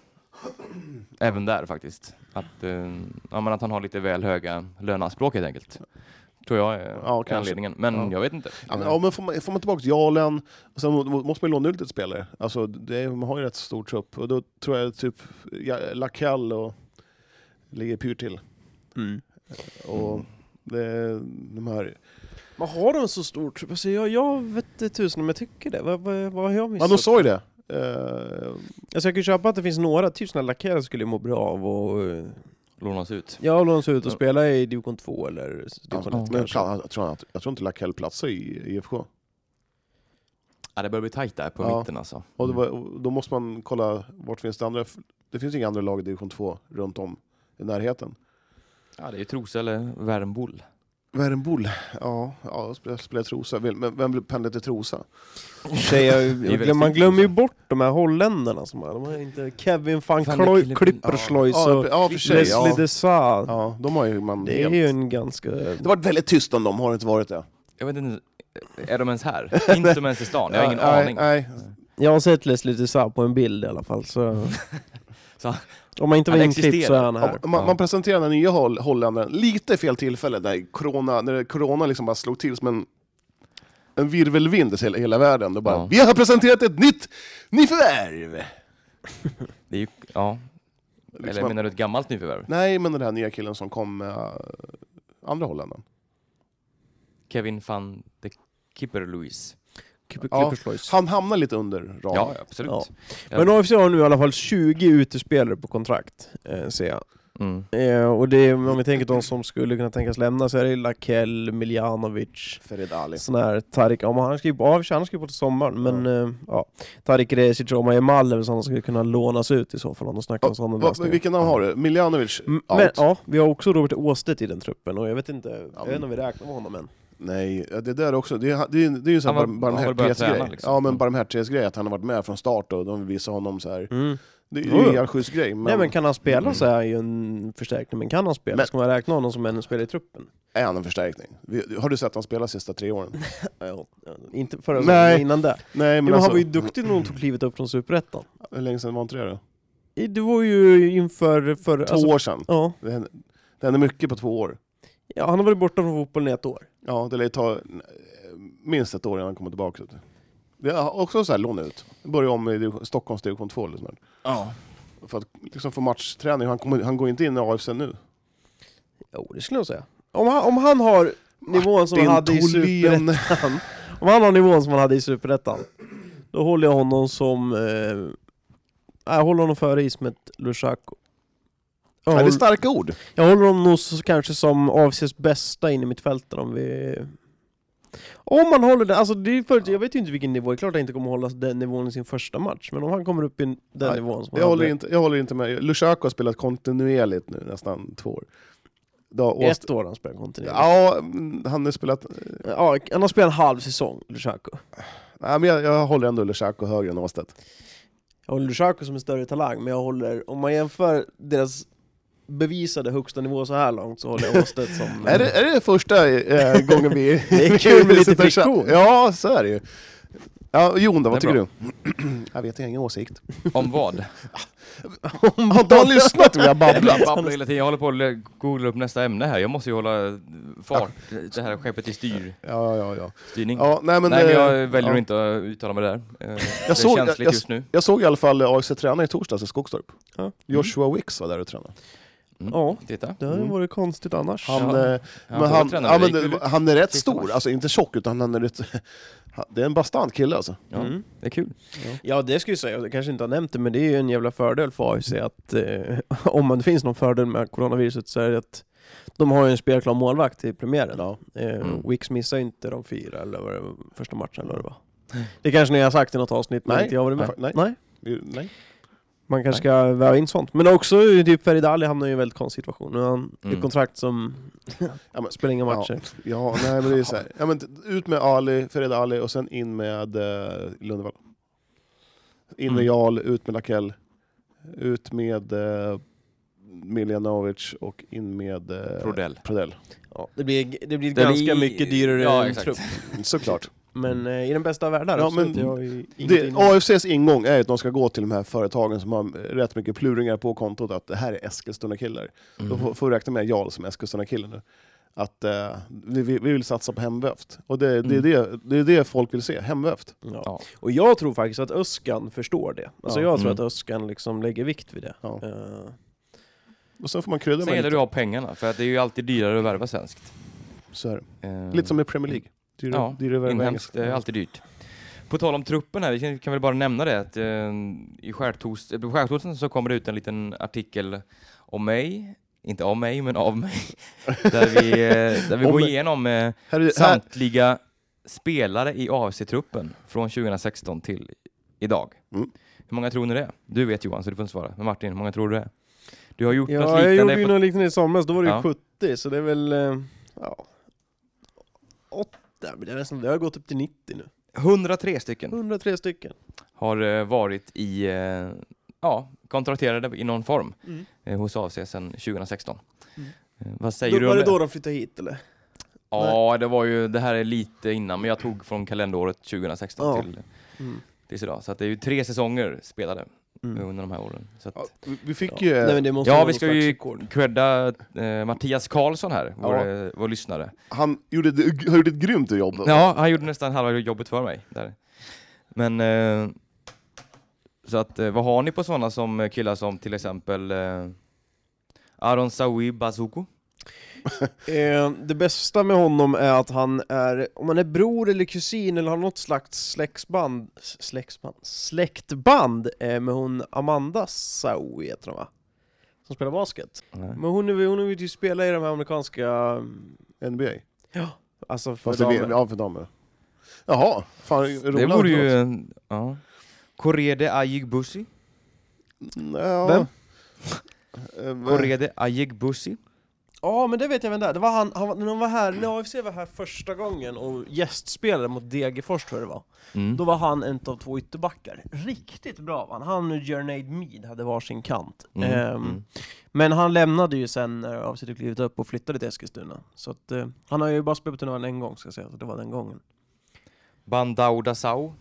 Speaker 1: Även där faktiskt. Att, eh, ja, men att han har lite väl höga löneanspråk helt enkelt. Tror jag är
Speaker 2: Ja, kanske.
Speaker 1: anledningen. Men
Speaker 2: Ja.
Speaker 1: jag vet inte.
Speaker 2: Ja, men, ja, men får, man, får man tillbaka Jarlen, och sen må- må- måste man ju låna ut ett spelare. Alltså, det är, man har ju rätt stor trupp. Och då tror jag typ ja, Lakall och ligger pyrt till.
Speaker 6: Mm.
Speaker 2: Och
Speaker 1: Mm.
Speaker 2: det, de här...
Speaker 6: Men har de så stort? Alltså, jag, jag vet inte tusen om jag tycker det, vad, vad, vad har jag
Speaker 2: Ja,
Speaker 6: missat?
Speaker 2: de sa ju det. Eh,
Speaker 6: Alltså jag kan ju köpa att det finns några, typ såna här lackerer skulle ju må bra av och eh,
Speaker 1: Lånas ut.
Speaker 6: Ja, om de ser ut
Speaker 2: Ja.
Speaker 6: och spela i division 2 eller division 1
Speaker 2: alltså, men,
Speaker 6: kanske.
Speaker 2: jag, tror, jag tror inte Lakell platsar i IFK.
Speaker 1: Ja, det börjar bli tajt där på
Speaker 2: Ja.
Speaker 1: mitten alltså.
Speaker 6: Mm.
Speaker 2: Och då, var- och då måste man kolla vart finns det andra f- Det finns inga andra lag i division 2 runt om i närheten.
Speaker 1: Ja, det är ju Trosa eller Värmbull.
Speaker 2: Värmbull, ja, ja spelar, spelar Trosa. Vill- Men vem pendlar till Trosa?
Speaker 1: väldigt
Speaker 6: man
Speaker 1: fint.
Speaker 6: glömmer ju bort de här holländarna som är, de har inte Kevin van
Speaker 1: Van
Speaker 6: Kloi-
Speaker 1: der Kille-
Speaker 6: Klipperschleus
Speaker 2: Ja,
Speaker 6: och
Speaker 2: ja, för sig.
Speaker 6: Leslie
Speaker 2: Ja.
Speaker 6: de Saa.
Speaker 2: ja, de har ju man
Speaker 6: Det är
Speaker 2: helt...
Speaker 6: ju en ganska...
Speaker 2: Det har varit väldigt tyst om dem, har det inte varit det?
Speaker 1: liksom. Jag vet inte, är de ens här? Inte de ens i stan? Jag har ingen
Speaker 2: nej,
Speaker 1: aning.
Speaker 2: Nej,
Speaker 6: Jag har sett Leslie de Saa på en bild i alla fall så...
Speaker 1: Så-
Speaker 6: Om man inte var
Speaker 1: Han
Speaker 6: inklippt så är
Speaker 1: existerar.
Speaker 6: han här.
Speaker 2: Ja, man, man presenterar den nya holl holländaren lite fel tillfälle, där corona, när corona liksom bara slog till som en, en virvelvind i hela, hela världen. Då bara,
Speaker 1: Ja.
Speaker 2: Vi har presenterat ett nytt nyförvärv!
Speaker 1: Det är ju, ja. Eller
Speaker 2: Liksom,
Speaker 1: menar du ett gammalt nyförvärv?
Speaker 2: Nej, men den här nya killen som kom med äh, andra holländaren.
Speaker 1: Kevin van de Kipper-Louis.
Speaker 6: Klipp-
Speaker 2: Ja,
Speaker 6: Klipperschleus.
Speaker 2: Han hamnar lite under ramen.
Speaker 1: Ja, absolut.
Speaker 6: Ja.
Speaker 1: Ja.
Speaker 6: Men AFC har nu i alla fall 20 utespelare på kontrakt, eh, ser jag.
Speaker 1: Mm.
Speaker 6: Eh, och det, är- om vi tänker de som skulle kunna tänkas lämna så är det Lakell, Miljanovic,
Speaker 2: Ferid Ali.
Speaker 6: sån här Tarik, ja, men han skriver på AFC, han skriver på till sommaren, men eh, ja. Tarik Resic och Omar Emal är väl sådana som skulle kunna lånas ut i så fall om de snackar om sådana
Speaker 2: Va, vilken namn har du? Miljanovic?
Speaker 6: Mm,
Speaker 2: Out.
Speaker 6: Men, ja, vi har också Robert Åstedt i den truppen och jag vet inte, jag
Speaker 2: men-
Speaker 6: vet inte om vi räknar med honom än.
Speaker 2: Nej, ja, det där också. Det är, det är, det är ju en sån
Speaker 1: Han
Speaker 2: här
Speaker 1: var-
Speaker 2: bar-
Speaker 1: han har väl börjat
Speaker 2: barmhärtighetsgrej.
Speaker 1: träna, liksom.
Speaker 2: Ja, men
Speaker 1: Mm.
Speaker 2: barmhärtighetsgrej, att han har varit med från start och de visar honom så här. Det är
Speaker 6: Jo,
Speaker 2: ju
Speaker 6: jo.
Speaker 2: en jävla schysst grej. Men...
Speaker 6: Nej Mm. men kan han spela så är han ju en förstärkning, men kan han spela?
Speaker 2: Men-
Speaker 6: Ska man räkna honom som en spelare i truppen?
Speaker 2: är han en förstärkning. Vi- Har du sett han spela de sista tre åren?
Speaker 6: Ja, inte förra
Speaker 2: Nej.
Speaker 6: säsongen, innan det.
Speaker 2: Nej,
Speaker 6: Men alltså- han var ju duktig när hon tog klivet upp från Superettan.
Speaker 2: alltså, Hur länge sedan var inte det då?
Speaker 6: I- Det var ju inför... För,
Speaker 2: Två
Speaker 6: alltså-
Speaker 2: år sedan.
Speaker 6: Ja.
Speaker 2: Det hände, det hände mycket på två år.
Speaker 6: ja, han har varit borta från fotbollen i ett år.
Speaker 2: Ja, det lär ju ta eh, minst ett år innan han kommer tillbaka. Det är också så här lån ut. Börja om i division- Stockholms division 2 eller sånt där.
Speaker 6: Ja.
Speaker 2: För att liksom få matchträning. Han, kommer, han går inte in i AFC nu.
Speaker 6: Jo, det skulle jag säga. Om han, om han har nivån som han hade i Superettan. Om han har nivån som han hade i Superettan. Då håller jag honom som... Eh, nej, jag håller honom före Ismet Lushaku. Jag,
Speaker 2: Ja, det är
Speaker 6: håller,
Speaker 2: starka ord.
Speaker 6: jag håller honom nog så, kanske som avses bästa in i mitt fält om vi... Om man håller den, alltså det är ju förut, jag vet ju inte vilken nivå, det är klart att han inte kommer hålla den nivån i sin första match, men om han kommer upp i den
Speaker 2: Nej,
Speaker 6: nivån som han
Speaker 2: Jag håller
Speaker 6: hade-
Speaker 2: inte, jag håller inte med. Lushako har spelat kontinuerligt nu nästan två år. Då, Åst-
Speaker 6: Ett år har han spelat kontinuerligt.
Speaker 2: Ja, mm, han har spelat...
Speaker 6: Ja, han har spelat en halv säsong, Lushako.
Speaker 2: Nej, men jag, jag håller ändå Lushako högre än Åstedt.
Speaker 6: Jag håller Lushako som en större talang, men jag håller, om man jämför deras bevisade högsta nivå så här långt så håller jag Åstedt som...
Speaker 2: Är det, är det första eh, gången vi...
Speaker 6: Det är kul med lite
Speaker 2: sitter och tja-
Speaker 6: friktion.
Speaker 2: Ja, så är det ju. Ja, Jon då, vad
Speaker 1: Det är
Speaker 2: tycker du? jag vet, jag har ingen åsikt.
Speaker 1: Om vad?
Speaker 2: Har inte han lyssnat vill jag babbla?
Speaker 1: Jag babblar hela tiden. Jag håller på att googla upp nästa ämne här. Jag måste ju hålla fart, det här skeppet i styr,
Speaker 2: Ja, ja, ja.
Speaker 1: styrning.
Speaker 2: ja nej, men,
Speaker 1: Nej, men
Speaker 2: eh,
Speaker 1: jag väljer
Speaker 2: ja.
Speaker 1: att inte att uttala mig där. Eh, det är
Speaker 2: såg-
Speaker 1: känsligt
Speaker 2: jag-
Speaker 1: just nu.
Speaker 2: Jag såg i alla fall eh, AFC träna i torsdags i Skogstorp.
Speaker 6: Ja.
Speaker 2: Joshua Wicks var där och tränade.
Speaker 1: Mm.
Speaker 6: Ja.
Speaker 1: Titta.
Speaker 6: Det hade
Speaker 2: Mm.
Speaker 6: varit konstigt annars.
Speaker 2: Han,
Speaker 1: Ja.
Speaker 2: eh,
Speaker 1: Han,
Speaker 2: men
Speaker 1: får
Speaker 2: han,
Speaker 1: träna
Speaker 2: ja,
Speaker 1: med
Speaker 2: men,
Speaker 1: dig,
Speaker 2: det-
Speaker 1: Kulle.
Speaker 2: han är rätt
Speaker 1: Sista
Speaker 2: stor,
Speaker 1: match.
Speaker 2: alltså inte tjock utan han är rätt... Det är en bastant kille alltså.
Speaker 1: Ja,
Speaker 6: Mm.
Speaker 1: Det är kul.
Speaker 6: Ja det skulle jag säga, jag kanske inte har nämnt det, men det är ju en jävla fördel för AFC att eh, om det finns någon fördel med coronaviruset så är det att de har ju en spelklar målvakt i premiären. Eh,
Speaker 1: Mm.
Speaker 6: Wicks missar ju inte de fyra eller vad det var, första matchen eller vad det var. Det kanske ni har sagt i något avsnitt, men
Speaker 2: Nej.
Speaker 6: inte jag har varit med.
Speaker 2: Nej.
Speaker 6: Nej.
Speaker 2: Ju- Nej.
Speaker 6: Man kanske ska väva in sånt. Men också typ Ferid Ali hamnar ju i en väldigt konstig situation. Nu har han
Speaker 1: Mm.
Speaker 6: ett kontrakt som
Speaker 2: Ja, men,
Speaker 6: spelar inga
Speaker 2: Ja.
Speaker 6: matcher.
Speaker 2: ja, nej men det är så här. Ja, men, t- ut med Ali, Fered Ali och sen in med eh, Lundevall. In med
Speaker 1: Mm.
Speaker 2: Jarl, ut med Lakell, ut med eh, Miljanovic och in med eh,
Speaker 1: Prodell.
Speaker 2: Prodell.
Speaker 6: Ja. Det blir, det blir
Speaker 1: Det
Speaker 6: ganska
Speaker 1: blir-
Speaker 6: mycket dyrare
Speaker 1: Ja,
Speaker 6: än
Speaker 1: exakt.
Speaker 6: trupp.
Speaker 2: Såklart.
Speaker 6: Men eh, i den bästa av världar,
Speaker 2: Ja,
Speaker 6: absolut.
Speaker 2: men
Speaker 6: Jag har ju
Speaker 2: Det,
Speaker 6: ingenting-
Speaker 2: AFCs ingång är att de ska gå till de här företagen som har eh, rätt mycket pluringar på kontot att det här är Eskilstuna-killar.
Speaker 1: Mm.
Speaker 2: Då får- får vi räkna med Jarl som Eskilstuna-killen nu. Att eh, vi, vi vi vill satsa på hemvävt. Och det, det, är det, det är det folk vill se, hemvävt.
Speaker 6: Ja.
Speaker 1: Ja.
Speaker 6: Och jag tror faktiskt att Öskan förstår det. Alltså
Speaker 2: Ja.
Speaker 6: jag tror
Speaker 1: Mm.
Speaker 6: att Öskan liksom lägger vikt vid det.
Speaker 2: Ja.
Speaker 6: Eh,
Speaker 2: Och sen får man krydda
Speaker 1: Sen
Speaker 2: med
Speaker 1: gäller det
Speaker 2: lite.
Speaker 1: att ha pengarna, för att det är ju alltid dyrare att värva svenskt.
Speaker 2: Så här.
Speaker 1: Eh,
Speaker 2: Lite som i Premier League. Dyrare,
Speaker 1: Ja,
Speaker 2: dyrare värme än
Speaker 1: Inhemskt, det är
Speaker 2: engelska.
Speaker 1: alltid dyrt. På tal om truppen här, vi kan- kan väl bara nämna det att eh, i skärtost, eh, på skärtorsdagen så kommer det ut en liten artikel om mig, inte om mig, men av mig, där vi, eh, där vi
Speaker 2: Om
Speaker 1: går
Speaker 2: mig.
Speaker 1: igenom eh,
Speaker 2: Här är, här,
Speaker 1: samtliga spelare i AFC-truppen från 2016 till idag.
Speaker 2: Mm.
Speaker 1: Hur många tror ni det är? Du vet Johan, så du får inte svara. Men Martin, hur många tror du det är? Du har gjort något
Speaker 6: Ja, jag
Speaker 1: liknande
Speaker 6: gjorde ju
Speaker 1: på...
Speaker 6: något liknande i somras, då var det
Speaker 1: Ja.
Speaker 6: ju 70, så det är väl... eh, Ja... Åtta blir det nästan, det har gått upp till 90 nu.
Speaker 1: 103 stycken
Speaker 6: 103 stycken.
Speaker 1: har eh, varit i, eh, ja, kontrakterade i någon form
Speaker 6: Mm.
Speaker 1: eh, hos AFC sedan 2016.
Speaker 6: Mm.
Speaker 1: Eh, Vad
Speaker 6: Då,
Speaker 1: säger du
Speaker 6: var
Speaker 1: om
Speaker 6: det
Speaker 1: det?
Speaker 6: då de flyttade hit eller?
Speaker 1: Ja, det var ju, det här är lite innan, men jag tog från kalenderåret 2016
Speaker 6: Ja.
Speaker 1: till,
Speaker 6: Mm.
Speaker 1: tills idag. Så att det är ju tre säsonger spelade
Speaker 6: Mm.
Speaker 1: eh, under de här åren. Så att,
Speaker 2: Ja, vi, vi fick ju... eh,
Speaker 6: Nej, men det måste
Speaker 1: Ja,
Speaker 6: vara
Speaker 1: vi
Speaker 6: någon
Speaker 1: ska
Speaker 6: slags
Speaker 1: ju
Speaker 6: rekord.
Speaker 1: credda eh, Mattias Karlsson här, vår,
Speaker 2: Ja.
Speaker 1: eh, vår lyssnare.
Speaker 2: Han gjorde, ett- han gjorde ett grymt jobb. då.
Speaker 1: Ja, han gjorde nästan halva jobbet för mig. Där. Men... Eh, så att, eh, vad har ni på sådana som eh, killar som till exempel eh, Aron Sawi Bazuku?
Speaker 6: Eh, det bästa med honom är att han är, om han är bror eller kusin eller har något slags släktsband, släktsband, släktband eh, med hon Amanda Saoui heter hon va? Som spelar basket. Men hon, är, hon vill ju spela i de här amerikanska, mm,
Speaker 2: NBA.
Speaker 6: alltså för
Speaker 2: Fast det,
Speaker 6: damer.
Speaker 2: ja, för damer. Jaha, fan Roland.
Speaker 1: Det vore ju... eh, Ja. Korede Ayigbusi.
Speaker 2: Ja.
Speaker 6: Vem?
Speaker 2: Eh,
Speaker 1: Korede Ayigbusi.
Speaker 6: Ja men det vet jag vem det är, det var han, han var- när de var här, när AFC var här första gången och gästspelade mot Degerfors tror jag det var
Speaker 1: Mm.
Speaker 6: Då var han en av två ytterbackar, riktigt bra var han, han och Jernaid Mead hade varsin kant
Speaker 1: Mm,
Speaker 6: Ehm,
Speaker 1: mm.
Speaker 6: Men han lämnade ju sen när AFC hade typ klivit upp och flyttade till Eskilstuna Så att, eh, han har ju bara spelat på turneringen en gång ska jag säga, så det var den gången
Speaker 1: Bandauda Sau.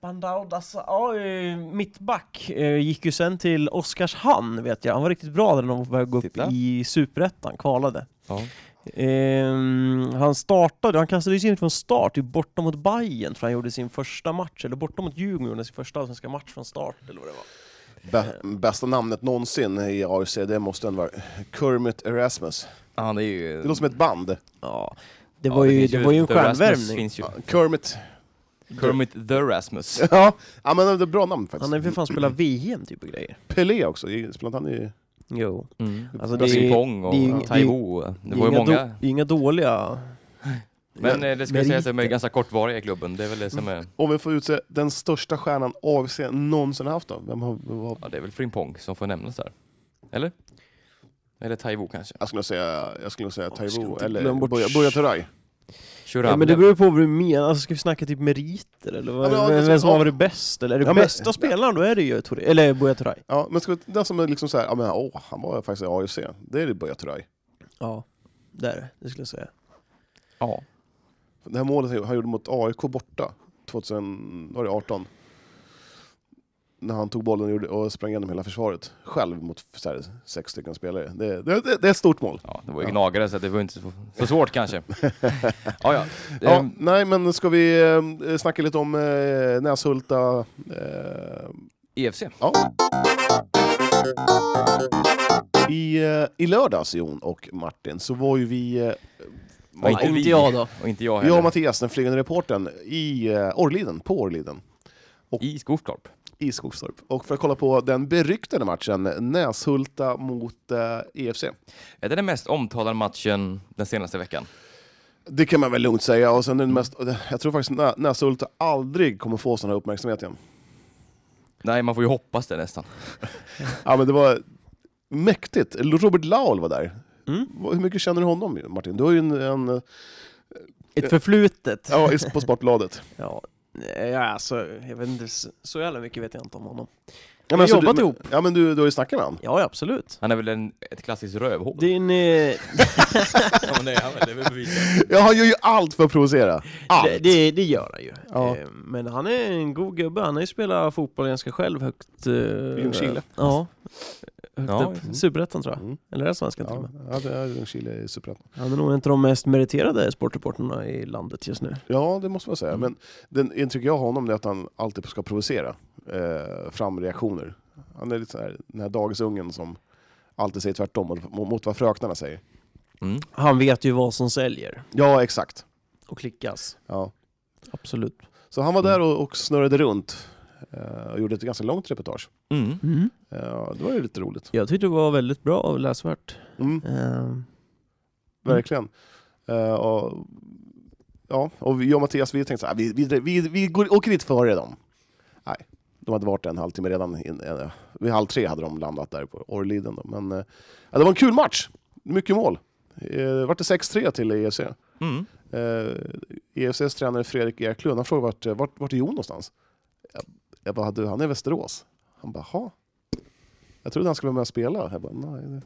Speaker 6: Bandao Dassa, ja, eh, mittback, eh, gick ju sen till Oskarshamn vet jag, han var riktigt bra där när de var på väg att gå upp
Speaker 1: Titta.
Speaker 6: i Superettan, kvalade
Speaker 1: Ja.
Speaker 6: Ehm, han startade, han kastades in från start ju borta mot Bayern tror jag han gjorde sin första match, eller borta mot Djurgården, sin första allsvenska match från start eller vad det var.
Speaker 2: bä- Bästa namnet någonsin i AFC, det måste ändå vara Kermit Erasmus.
Speaker 1: Ja, det är ju...
Speaker 2: Det låter som ett band.
Speaker 6: Ja, det
Speaker 1: ja,
Speaker 6: var ju,
Speaker 1: finns
Speaker 6: det var ju en
Speaker 1: The Rasmus
Speaker 6: stjärnvärvning.
Speaker 1: finns ju.
Speaker 2: Kermit.
Speaker 1: Kermit the Rasmus.
Speaker 2: Ja, ja men det är ett bra namn faktiskt.
Speaker 6: Han har ju för fan spelat VM typ och grejer.
Speaker 2: Pelé också, i- spelade han i...
Speaker 6: Jo.
Speaker 1: Mm.
Speaker 6: Alltså, det är-
Speaker 1: Brasil Pong och
Speaker 6: det är ju- det är-
Speaker 1: Taiwo. Det,
Speaker 6: Det är
Speaker 1: var ju
Speaker 6: inga
Speaker 1: många.
Speaker 6: do- det är inga dåliga...
Speaker 1: Men eh, det ska ju sägas att de är
Speaker 6: meriter.
Speaker 1: ganska kortvariga i klubben. Det är väl det som är...
Speaker 2: Om vi får utse den största stjärnan AFC någonsin haft då? Vem har, vad,
Speaker 1: Ja, det är väl Frimpong som får nämnas där. Eller? Eller Taiwo kanske.
Speaker 2: jag skulle säga, jag skulle säga
Speaker 6: vi ska
Speaker 2: Taiwo,
Speaker 6: inte
Speaker 2: eller
Speaker 6: glömma bort-
Speaker 2: Buya Buya Turay.
Speaker 1: Shurable.
Speaker 6: Ja, men det beror ju på vad du menar, alltså, ska vi snacka typ meriter eller vad,
Speaker 2: Ja, men, ja,
Speaker 6: vem,
Speaker 2: alltså,
Speaker 6: vem som
Speaker 2: ja.
Speaker 6: har varit bäst? Eller är det
Speaker 2: Ja, men-
Speaker 6: bästa spelaren då är det ju Touré, eller Buya Turay.
Speaker 2: Ja, men ska, den som är liksom såhär, ja men åh, han var faktiskt i AFC. Det är Buya Turay.
Speaker 6: Ja, det är det, det skulle jag säga.
Speaker 1: Ja.
Speaker 2: Det här målet han gjorde mot AIK borta 2018. När han tog bollen och, gjorde, och sprang igenom hela försvaret själv mot så här, sex stycken spelare. Det, det, det, det är ett stort mål.
Speaker 1: ja, det var ju gnagare så det var inte så, så svårt kanske. ja, ja.
Speaker 2: Ja,
Speaker 1: Ehm,
Speaker 2: nej, men ska vi eh, snacka lite om eh, Näshulta? Eh,
Speaker 1: EFC.
Speaker 2: ja. I, eh, I lördags, Jon och Martin, så var ju vi, eh,
Speaker 1: Ja,
Speaker 6: Ja, inte jag då.
Speaker 1: Och inte jag heller.
Speaker 2: jag och Mattias, den flygande reportern i eh, Orrliden, på Orrliden.
Speaker 1: I Skogstorp.
Speaker 2: i Skogstorp. Och för att kolla på den beryktade matchen, Näshulta mot eh, EFC.
Speaker 1: Är det den mest omtalade matchen den senaste veckan?
Speaker 2: Det kan man väl lugnt säga. Och sen den mest, jag tror faktiskt Nä- Näshulta aldrig kommer få sån här uppmärksamhet igen.
Speaker 1: Nej, man får ju hoppas det nästan.
Speaker 2: Ja, men det var mäktigt. Robert Laul var där.
Speaker 6: Mm.
Speaker 2: Vad- Hur mycket känner du honom, Martin? Du har ju en, en
Speaker 6: Ett förflutet.
Speaker 2: ja, i- på Sportbladet.
Speaker 6: Ja, nej, alltså, jag vet inte, så- så jävla mycket vet jag inte om honom.
Speaker 2: Ja,
Speaker 6: Vi har jobbat
Speaker 2: du,
Speaker 6: ihop.
Speaker 2: Ja, men du, du har ju snackat med honom.
Speaker 6: Ja, ja, absolut.
Speaker 1: Han är väl en, ett klassiskt rövhål?
Speaker 6: Det är en, eh,
Speaker 1: Ja, men det är han väl. Det är väl bevisat.
Speaker 2: Ja, han gör ju allt för att provocera.
Speaker 6: det, det, det gör han ju.
Speaker 2: Ja.
Speaker 6: Eh, Men han är en god gubbe, han har ju spelat fotboll ganska själv högt... eh,
Speaker 2: Ljungskile.
Speaker 6: Ja. Högt
Speaker 1: Ja,
Speaker 6: upp.
Speaker 1: mm.
Speaker 6: Superettan tror jag.
Speaker 2: Mm.
Speaker 6: Eller är det svenskan till och
Speaker 2: Ja,
Speaker 6: med.
Speaker 2: ja, det är Chile i Superettan.
Speaker 6: Han är nog en av de mest meriterade sportreporterna i landet just nu.
Speaker 2: Ja, det måste man säga.
Speaker 6: Mm.
Speaker 2: Men den intryck jag har av honom är att han alltid ska provocera eh, fram reaktioner. Han är lite så här, den här dagisungen som alltid säger tvärtom mot, mot vad fröknarna säger.
Speaker 1: Mm.
Speaker 6: Han vet ju vad som säljer
Speaker 2: Ja, exakt.
Speaker 6: och klickas.
Speaker 2: Ja.
Speaker 6: Absolut.
Speaker 2: Så han var
Speaker 6: Mm.
Speaker 2: där och, och snurrade runt eh, och gjorde ett ganska långt reportage.
Speaker 1: Mm.
Speaker 2: Eh, det var ju lite roligt.
Speaker 6: Jag tyckte det var väldigt bra och läsvärt.
Speaker 2: Mm,
Speaker 6: Eh,
Speaker 7: Mm.
Speaker 2: Verkligen. Eh, och, ja, och vi- jag och Mattias vi tänkte så här, vi, vi, vi, vi går, åker dit före dem. Nej, De hade varit där en halvtimme redan. In, eh, vid halv tre hade de landat där på Orrliden. Då. Men eh, ja, det var en kul match. Mycket mål. Eh, vart det 6-3 till EFC.
Speaker 1: Mm.
Speaker 2: Eh, EFCs tränare Fredrik Eklund, han frågade vart, eh, vart, vart är Jon någonstans? Jag, jag bara, du han är i Västerås. Han bara, ha. Jag trodde han skulle vara med och spela. Jag bara, nej. det-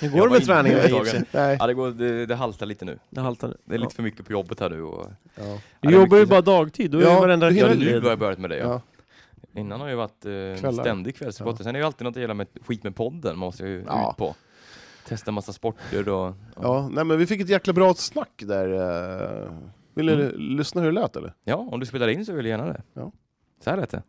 Speaker 7: Hur
Speaker 1: Jag
Speaker 7: går det
Speaker 1: var
Speaker 7: med träningen?
Speaker 1: inte
Speaker 7: i och för sig?
Speaker 2: nej.
Speaker 1: Ja, det, går, det, det haltar lite nu.
Speaker 6: Det haltar.
Speaker 1: Det är lite för mycket på jobbet här nu. Och,
Speaker 2: Ja.
Speaker 1: Ja,
Speaker 7: Du
Speaker 1: det är
Speaker 7: jobbar ju
Speaker 1: mycket-
Speaker 7: bara dagtid, då är
Speaker 2: Ja,
Speaker 7: ju varenda
Speaker 2: du
Speaker 1: ja,
Speaker 2: hinner-
Speaker 7: kväll
Speaker 1: nu har
Speaker 7: ledig.
Speaker 1: jag börjat med det. Ja.
Speaker 2: Ja.
Speaker 1: Innan har jag varit eh,
Speaker 2: Kvällar.
Speaker 1: ständig kvällssupporter. Sen är det ju alltid något jävla med, skit med podden. Man måste ju
Speaker 2: Ja.
Speaker 1: ut på. Testa massa sporter och...
Speaker 2: Ja, nej, men vi fick ett jäkla bra snack där. eh. Vill du lyssna hur det lät eller?
Speaker 1: Ja, om du spelar in så vill jag gärna det.
Speaker 2: Ja.
Speaker 1: Så här lät det.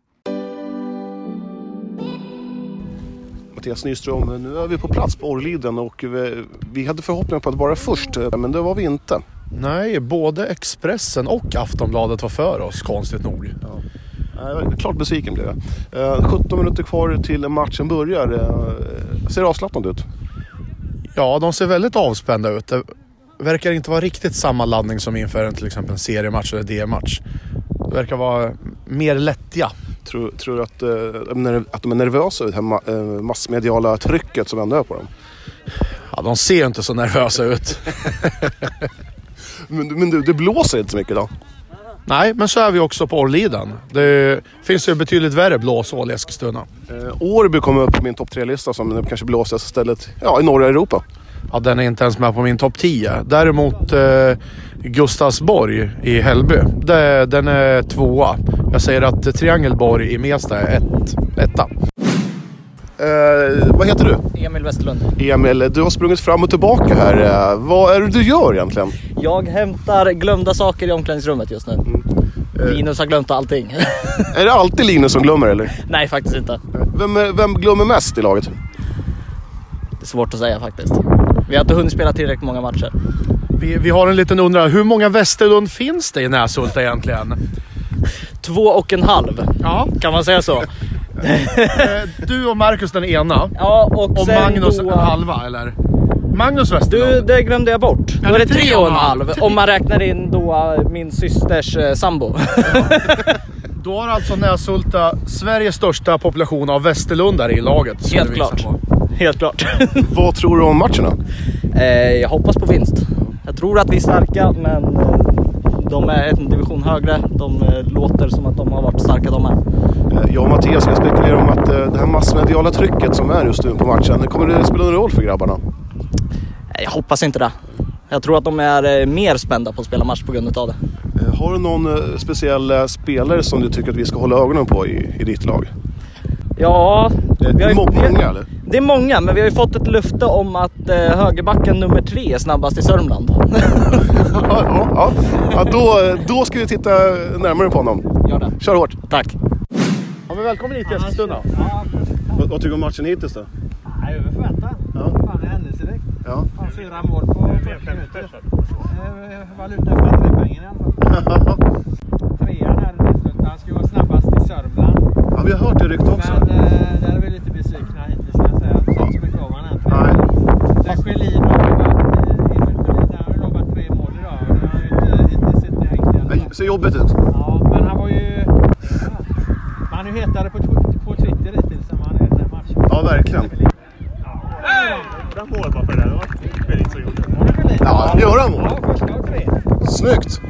Speaker 2: Mattias Nyström, nu är vi på plats på Orrliden och vi, vi hade förhoppningar på att vara först, eh, men det var vi inte.
Speaker 4: Nej, både Expressen och Aftonbladet var för oss, konstigt nog.
Speaker 2: Nej, Klart besviken blev jag. Eh, 17 minuter kvar till matchen börjar. Eh, Ser avslappnad ut.
Speaker 4: Ja, de ser väldigt avspända ut. Det verkar inte vara riktigt samma laddning som inför en, till exempel en seriematch eller DM-match. Det verkar vara mer lättja.
Speaker 2: Tror, tror du att, eh, de är nerv- att de är nervösa av det här ma- eh, massmediala trycket som ändå är på dem?
Speaker 4: Ja, de ser ju inte så nervösa ut.
Speaker 2: Men, men du, det blåser inte så mycket idag.
Speaker 4: Nej, men så är vi också på Orrliden. Det finns ju betydligt värre blåsål i Eskilstuna.
Speaker 2: Eh, Årby kommer upp på min topp tre-lista som det kanske blåsigaste stället ja, i norra Europa.
Speaker 4: Ja, den är inte ens med på min topp 10. Däremot eh, Gustavsborg i Hällby. Det, den är tvåa. Jag säger att Triangelborg i Mesta är ett, etta.
Speaker 2: Eh, vad heter du?
Speaker 8: Emil Westerlund.
Speaker 2: Emil, du har sprungit fram och tillbaka här. Eh, vad är det du gör egentligen?
Speaker 8: Jag hämtar glömda saker i omklädningsrummet just nu.
Speaker 1: Mm. Eh.
Speaker 8: Linus har glömt allting.
Speaker 2: Är det alltid Linus som glömmer eller?
Speaker 8: Nej, faktiskt inte.
Speaker 2: Vem, är- vem glömmer mest i laget?
Speaker 8: Det är svårt att säga faktiskt. Vi har inte hunnit spela tillräckligt många matcher.
Speaker 4: Vi, vi har en liten undran. Hur många Västerlund finns det i Näshulta egentligen?
Speaker 8: Två och en halv,
Speaker 4: Ja.
Speaker 8: kan man säga så?
Speaker 4: Eh, Du och Marcus den ena.
Speaker 8: Ja, och,
Speaker 4: Och
Speaker 8: sen
Speaker 4: Magnus
Speaker 8: då...
Speaker 4: en halva, eller? Magnus
Speaker 8: Du,
Speaker 4: Westerlund.
Speaker 8: det glömde jag bort.
Speaker 4: Ja,
Speaker 8: Då är
Speaker 4: det
Speaker 8: det
Speaker 4: är tre
Speaker 8: tre och en
Speaker 4: och en
Speaker 8: halv om man räknar in då min systers eh, sambo.
Speaker 4: Då har alltså Näshulta Sveriges största population av Västerlundare i laget. skulle
Speaker 8: Helt
Speaker 4: vi gissa
Speaker 8: klart.
Speaker 4: på.
Speaker 8: Helt klart.
Speaker 2: Vad tror du om matcherna?
Speaker 8: Eh, jag hoppas på vinst. Jag tror att vi är starka, men eh, de är en division högre. De eh, låter som att de har varit starka de med.
Speaker 2: Eh, Jag och Mattias, vi spekulerar om att eh, det här massmediala trycket som är just nu på matchen, kommer det spela någon roll för grabbarna?
Speaker 8: Nej, Eh, Jag hoppas inte det. Jag tror att de är eh, mer spända på att spela match på grund av det.
Speaker 2: Eh, Har du någon eh, speciell eh, spelare som du tycker att vi ska hålla ögonen på i, i ditt lag?
Speaker 8: Ja, Eh, vi har ju,
Speaker 2: Många eller?
Speaker 8: det är många, men vi har ju fått ett löfte om att eh, högerbacken nummer tre är snabbast i Sörmland.
Speaker 2: Ja, ja, ja. Då, eh, då ska vi titta närmare på honom.
Speaker 8: Gör det.
Speaker 2: Kör hårt!
Speaker 8: Tack.
Speaker 4: Ja, men välkommen hit till Eskilstuna.
Speaker 2: Vad, tycker du om matchen hittills då?
Speaker 9: Nej, över förväntan. Fan, det är händelserikt.
Speaker 2: Ja.
Speaker 9: Fan, fyra mål på 40 minuter. Eh, Valuta för attribängen i alla fall. Trean här, Lidslund, han skulle vara snabbast i Sörmland.
Speaker 2: ja, vi har hört det ryktet också.
Speaker 9: Men eh, där är vi lite besvikna hittills kan jag säga. Jag har Inte sett så mycket av honom
Speaker 2: Nej.
Speaker 9: egentligen. Sen Sjölin har lovat, eh, Emil Sjölin, han har ju lovat tre mål idag. och Det har ju inte hittills inte hängt i alla fall.
Speaker 2: Det ser jobbigt ut.
Speaker 9: Ja, men han var ju... Han är ju hetare på, tw- på Twitter hittills än vad han är i den här matchen.
Speaker 2: Ja, verkligen. Ja, gör han mål?
Speaker 9: Ja, första och tre.
Speaker 2: Snyggt!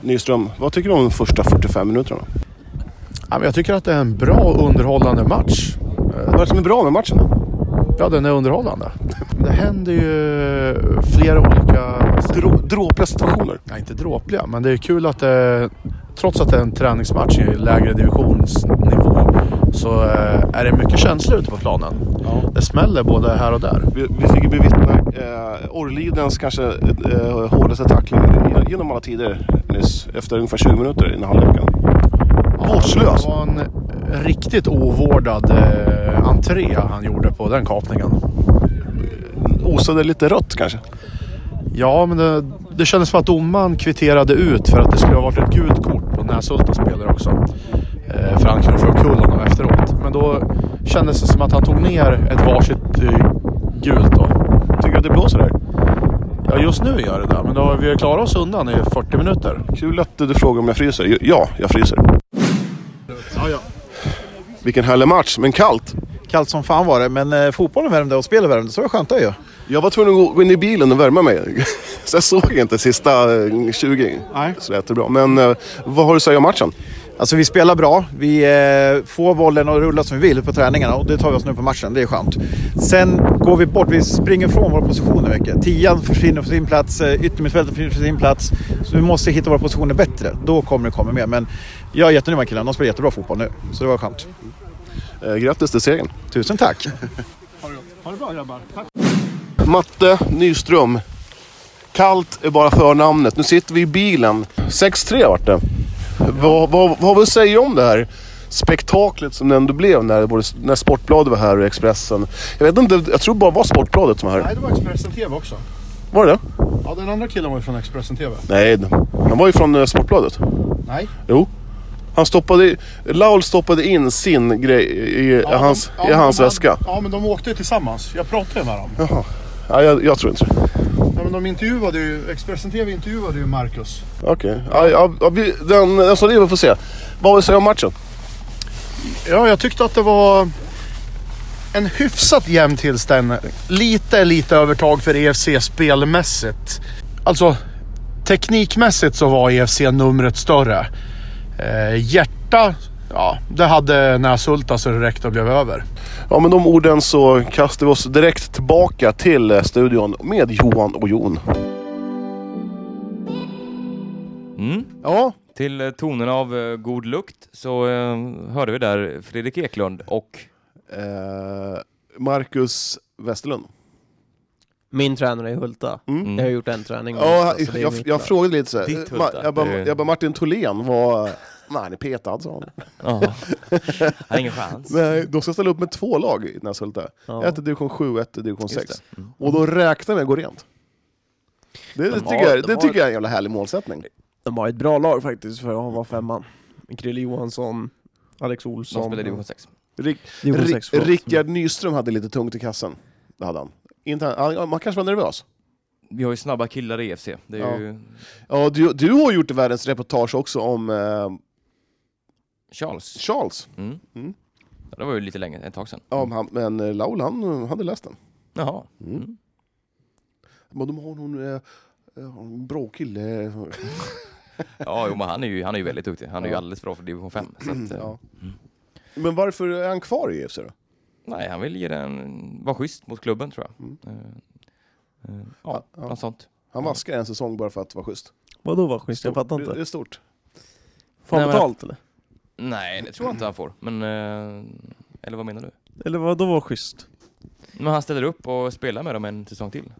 Speaker 2: Nyström, vad tycker du om de första 45 minuterna?
Speaker 4: Ja, men jag tycker att det är en bra och underhållande match.
Speaker 2: Vad är det som är bra med matchen?
Speaker 4: Ja, den är underhållande. Det händer ju flera olika...
Speaker 2: Drå, dråpliga situationer.
Speaker 4: Ja, inte dråpliga, men det är kul att det... Trots att det är en träningsmatch i lägre divisionsnivå så eh, är det mycket känslor ute på planen. Det smäller både här och där.
Speaker 2: Vi, vi fick ju bevittna eh, Orrlidens kanske eh, hårdaste tackling genom- genom alla tider nyss. Efter ungefär 20 minuter innan halvleken. Vårdslös!
Speaker 4: Det var en riktigt ovårdad eh, entré han gjorde på den kapningen.
Speaker 2: Osade lite rött kanske.
Speaker 4: Ja, men det, det kändes som att domaren kvitterade ut för att det skulle ha varit ett gult kort på Näsultas spelare också. Eh, för han kunde få omkull honom efteråt. Men då kändes det som att han tog ner ett varsitt eh, gult då.
Speaker 2: Tycker du att det blåser där?
Speaker 4: Ja, just nu gör det det. Men då har vi ju klarat oss undan i 40 minuter.
Speaker 2: Kul att du, du frågar om jag fryser. Jo, Ja, jag fryser. Vilken härlig match, men kallt.
Speaker 10: Kallt som fan var det, men eh, fotbollen värmde och spelet värmde, så det var skönt det ju.
Speaker 2: Jag var tvungen att gå- gå in i bilen och värma mig. Så jag såg inte sista eh, 20
Speaker 10: Nej.
Speaker 2: så jättebra. Men eh, vad har du att säga om matchen?
Speaker 10: Alltså vi spelar bra, vi eh, får bollen att rulla som vi vill på träningarna och det tar vi oss nu på matchen, det är skönt. Sen går vi bort, vi springer från våra positioner mycket. Tian försvinner från sin plats, eh, yttermittfältet försvinner från sin plats. Så vi måste hitta våra positioner bättre, då kommer det komma mer. Men jag är jättenöjd med killarna, de spelar jättebra fotboll nu. Så det var skönt.
Speaker 2: Eh, Grattis till segern.
Speaker 10: Tusen tack!
Speaker 9: Ha det bra grabbar. Tack.
Speaker 2: Matte Nyström. Kallt är bara förnamnet. Nu sitter vi i bilen. 6-3 vart det. Vad, vad, vad har vi att säga om det här spektaklet som det ändå blev när, både, när Sportbladet var här och Expressen? Jag vet inte, jag tror bara det var Sportbladet som var här.
Speaker 11: Nej, det var Expressen TV också.
Speaker 2: Var det det?
Speaker 11: Ja, den andra killen var ju från Expressen TV.
Speaker 2: Nej, han var ju från eh, Sportbladet.
Speaker 11: Nej.
Speaker 2: Jo. Han stoppade, Laul stoppade in sin grej i
Speaker 11: Ja,
Speaker 2: hans,
Speaker 11: de- ja,
Speaker 2: i
Speaker 11: men
Speaker 2: hans
Speaker 11: de hade-
Speaker 2: väska.
Speaker 11: Ja, men de åkte ju tillsammans. Jag pratade ju med dem.
Speaker 2: Jaha. Ja, jag, jag tror inte det.
Speaker 11: Ja, men de intervjuade ju, Expressen TV intervjuade ju Marcus.
Speaker 2: Okej. Ja, ja, ja, vi- den, den som lever får se. Vad har vi att säga om matchen?
Speaker 11: Ja, jag tyckte att det var en hyfsat jämn tillställning. Lite, lite övertag för EFC spelmässigt. Alltså, teknikmässigt så var EFC numret större. Eh, hjärta, ja, det hade Näsulta så det räckte och blev över.
Speaker 2: Ja, med de orden så kastar vi oss direkt tillbaka till eh, studion med Johan och Jon.
Speaker 1: Mm.
Speaker 11: Ja,
Speaker 1: Till eh, tonerna av eh, God lukt så eh, hörde vi där Fredrik Eklund och
Speaker 2: Eh, Marcus Westerlund.
Speaker 6: Min tränare är Hulta.
Speaker 2: Mm.
Speaker 6: Jag har gjort en träning med
Speaker 2: Ja, jag,
Speaker 6: Hulta, så alltså, det är
Speaker 2: jag,
Speaker 6: mitt
Speaker 2: jag
Speaker 6: lag.
Speaker 2: frågade lite så här.
Speaker 1: Ditt
Speaker 2: Ma-
Speaker 1: Hulta.
Speaker 2: Jag bara,
Speaker 1: Det är-
Speaker 2: jag bara Martin Tholén var... Nej, han är petad sa han.
Speaker 1: Ja. Har ingen chans.
Speaker 2: Nej, de ska ställa upp med två lag i Näshulta.
Speaker 6: Ja.
Speaker 2: Ett i division 7 och ett i division
Speaker 6: Just Mm.
Speaker 2: 6. Och då räknar vi att gå rent. Det, det,
Speaker 6: De
Speaker 2: tycker,
Speaker 6: har-
Speaker 2: jag,
Speaker 6: de
Speaker 2: det
Speaker 6: har-
Speaker 2: tycker jag är en jävla härlig målsättning.
Speaker 6: De har ett bra lag faktiskt för han var femman. Krille Johansson, Alex
Speaker 1: De
Speaker 6: Olsson.
Speaker 1: spelar i division 6.
Speaker 2: Rik,
Speaker 6: Division
Speaker 2: Ri-
Speaker 6: sex, förlåt.
Speaker 2: Rickard Nyström hade lite tungt i kassen. Det hade han. Inte, han ja, man kanske var nervös.
Speaker 1: Vi har ju snabba killar i EFC. Det är ju
Speaker 2: Ja, du, du har gjort världens reportage också om eh,
Speaker 1: Charles.
Speaker 2: Charles.
Speaker 1: Mm.
Speaker 2: Mm.
Speaker 1: Ja, Det var ju lite länge, ett tag sedan.
Speaker 2: Ja, om han, men eh, Laul han eh, hade läst den.
Speaker 1: Jaha.
Speaker 2: Mm.
Speaker 1: Mm.
Speaker 2: Men de har någon eh, eh, en bra kille.
Speaker 1: Ja, jo, men han är ju, han är ju väldigt duktig. Han är ju alldeles bra för division 5. Så att, eh,
Speaker 2: Ja.
Speaker 6: Mm.
Speaker 2: Men varför är han kvar i EFC då?
Speaker 1: Nej, han vill ge den, vara schysst mot klubben tror jag. Eh, eh, Ja,
Speaker 2: Mm. Ja.
Speaker 1: något sånt.
Speaker 2: Han vaskar en säsong bara för att vara schysst.
Speaker 6: Vadå var alltså. schysst? Jag fattar
Speaker 2: Det- Det
Speaker 6: inte.
Speaker 2: är stort.
Speaker 6: Får
Speaker 1: Nej,
Speaker 6: han
Speaker 1: men-
Speaker 6: betalt eller?
Speaker 1: Nej, det tror jag inte han får. Men, eh, eller vad menar du?
Speaker 6: Eller vadå var schysst?
Speaker 1: Men han ställer upp och spelar med dem en säsong till.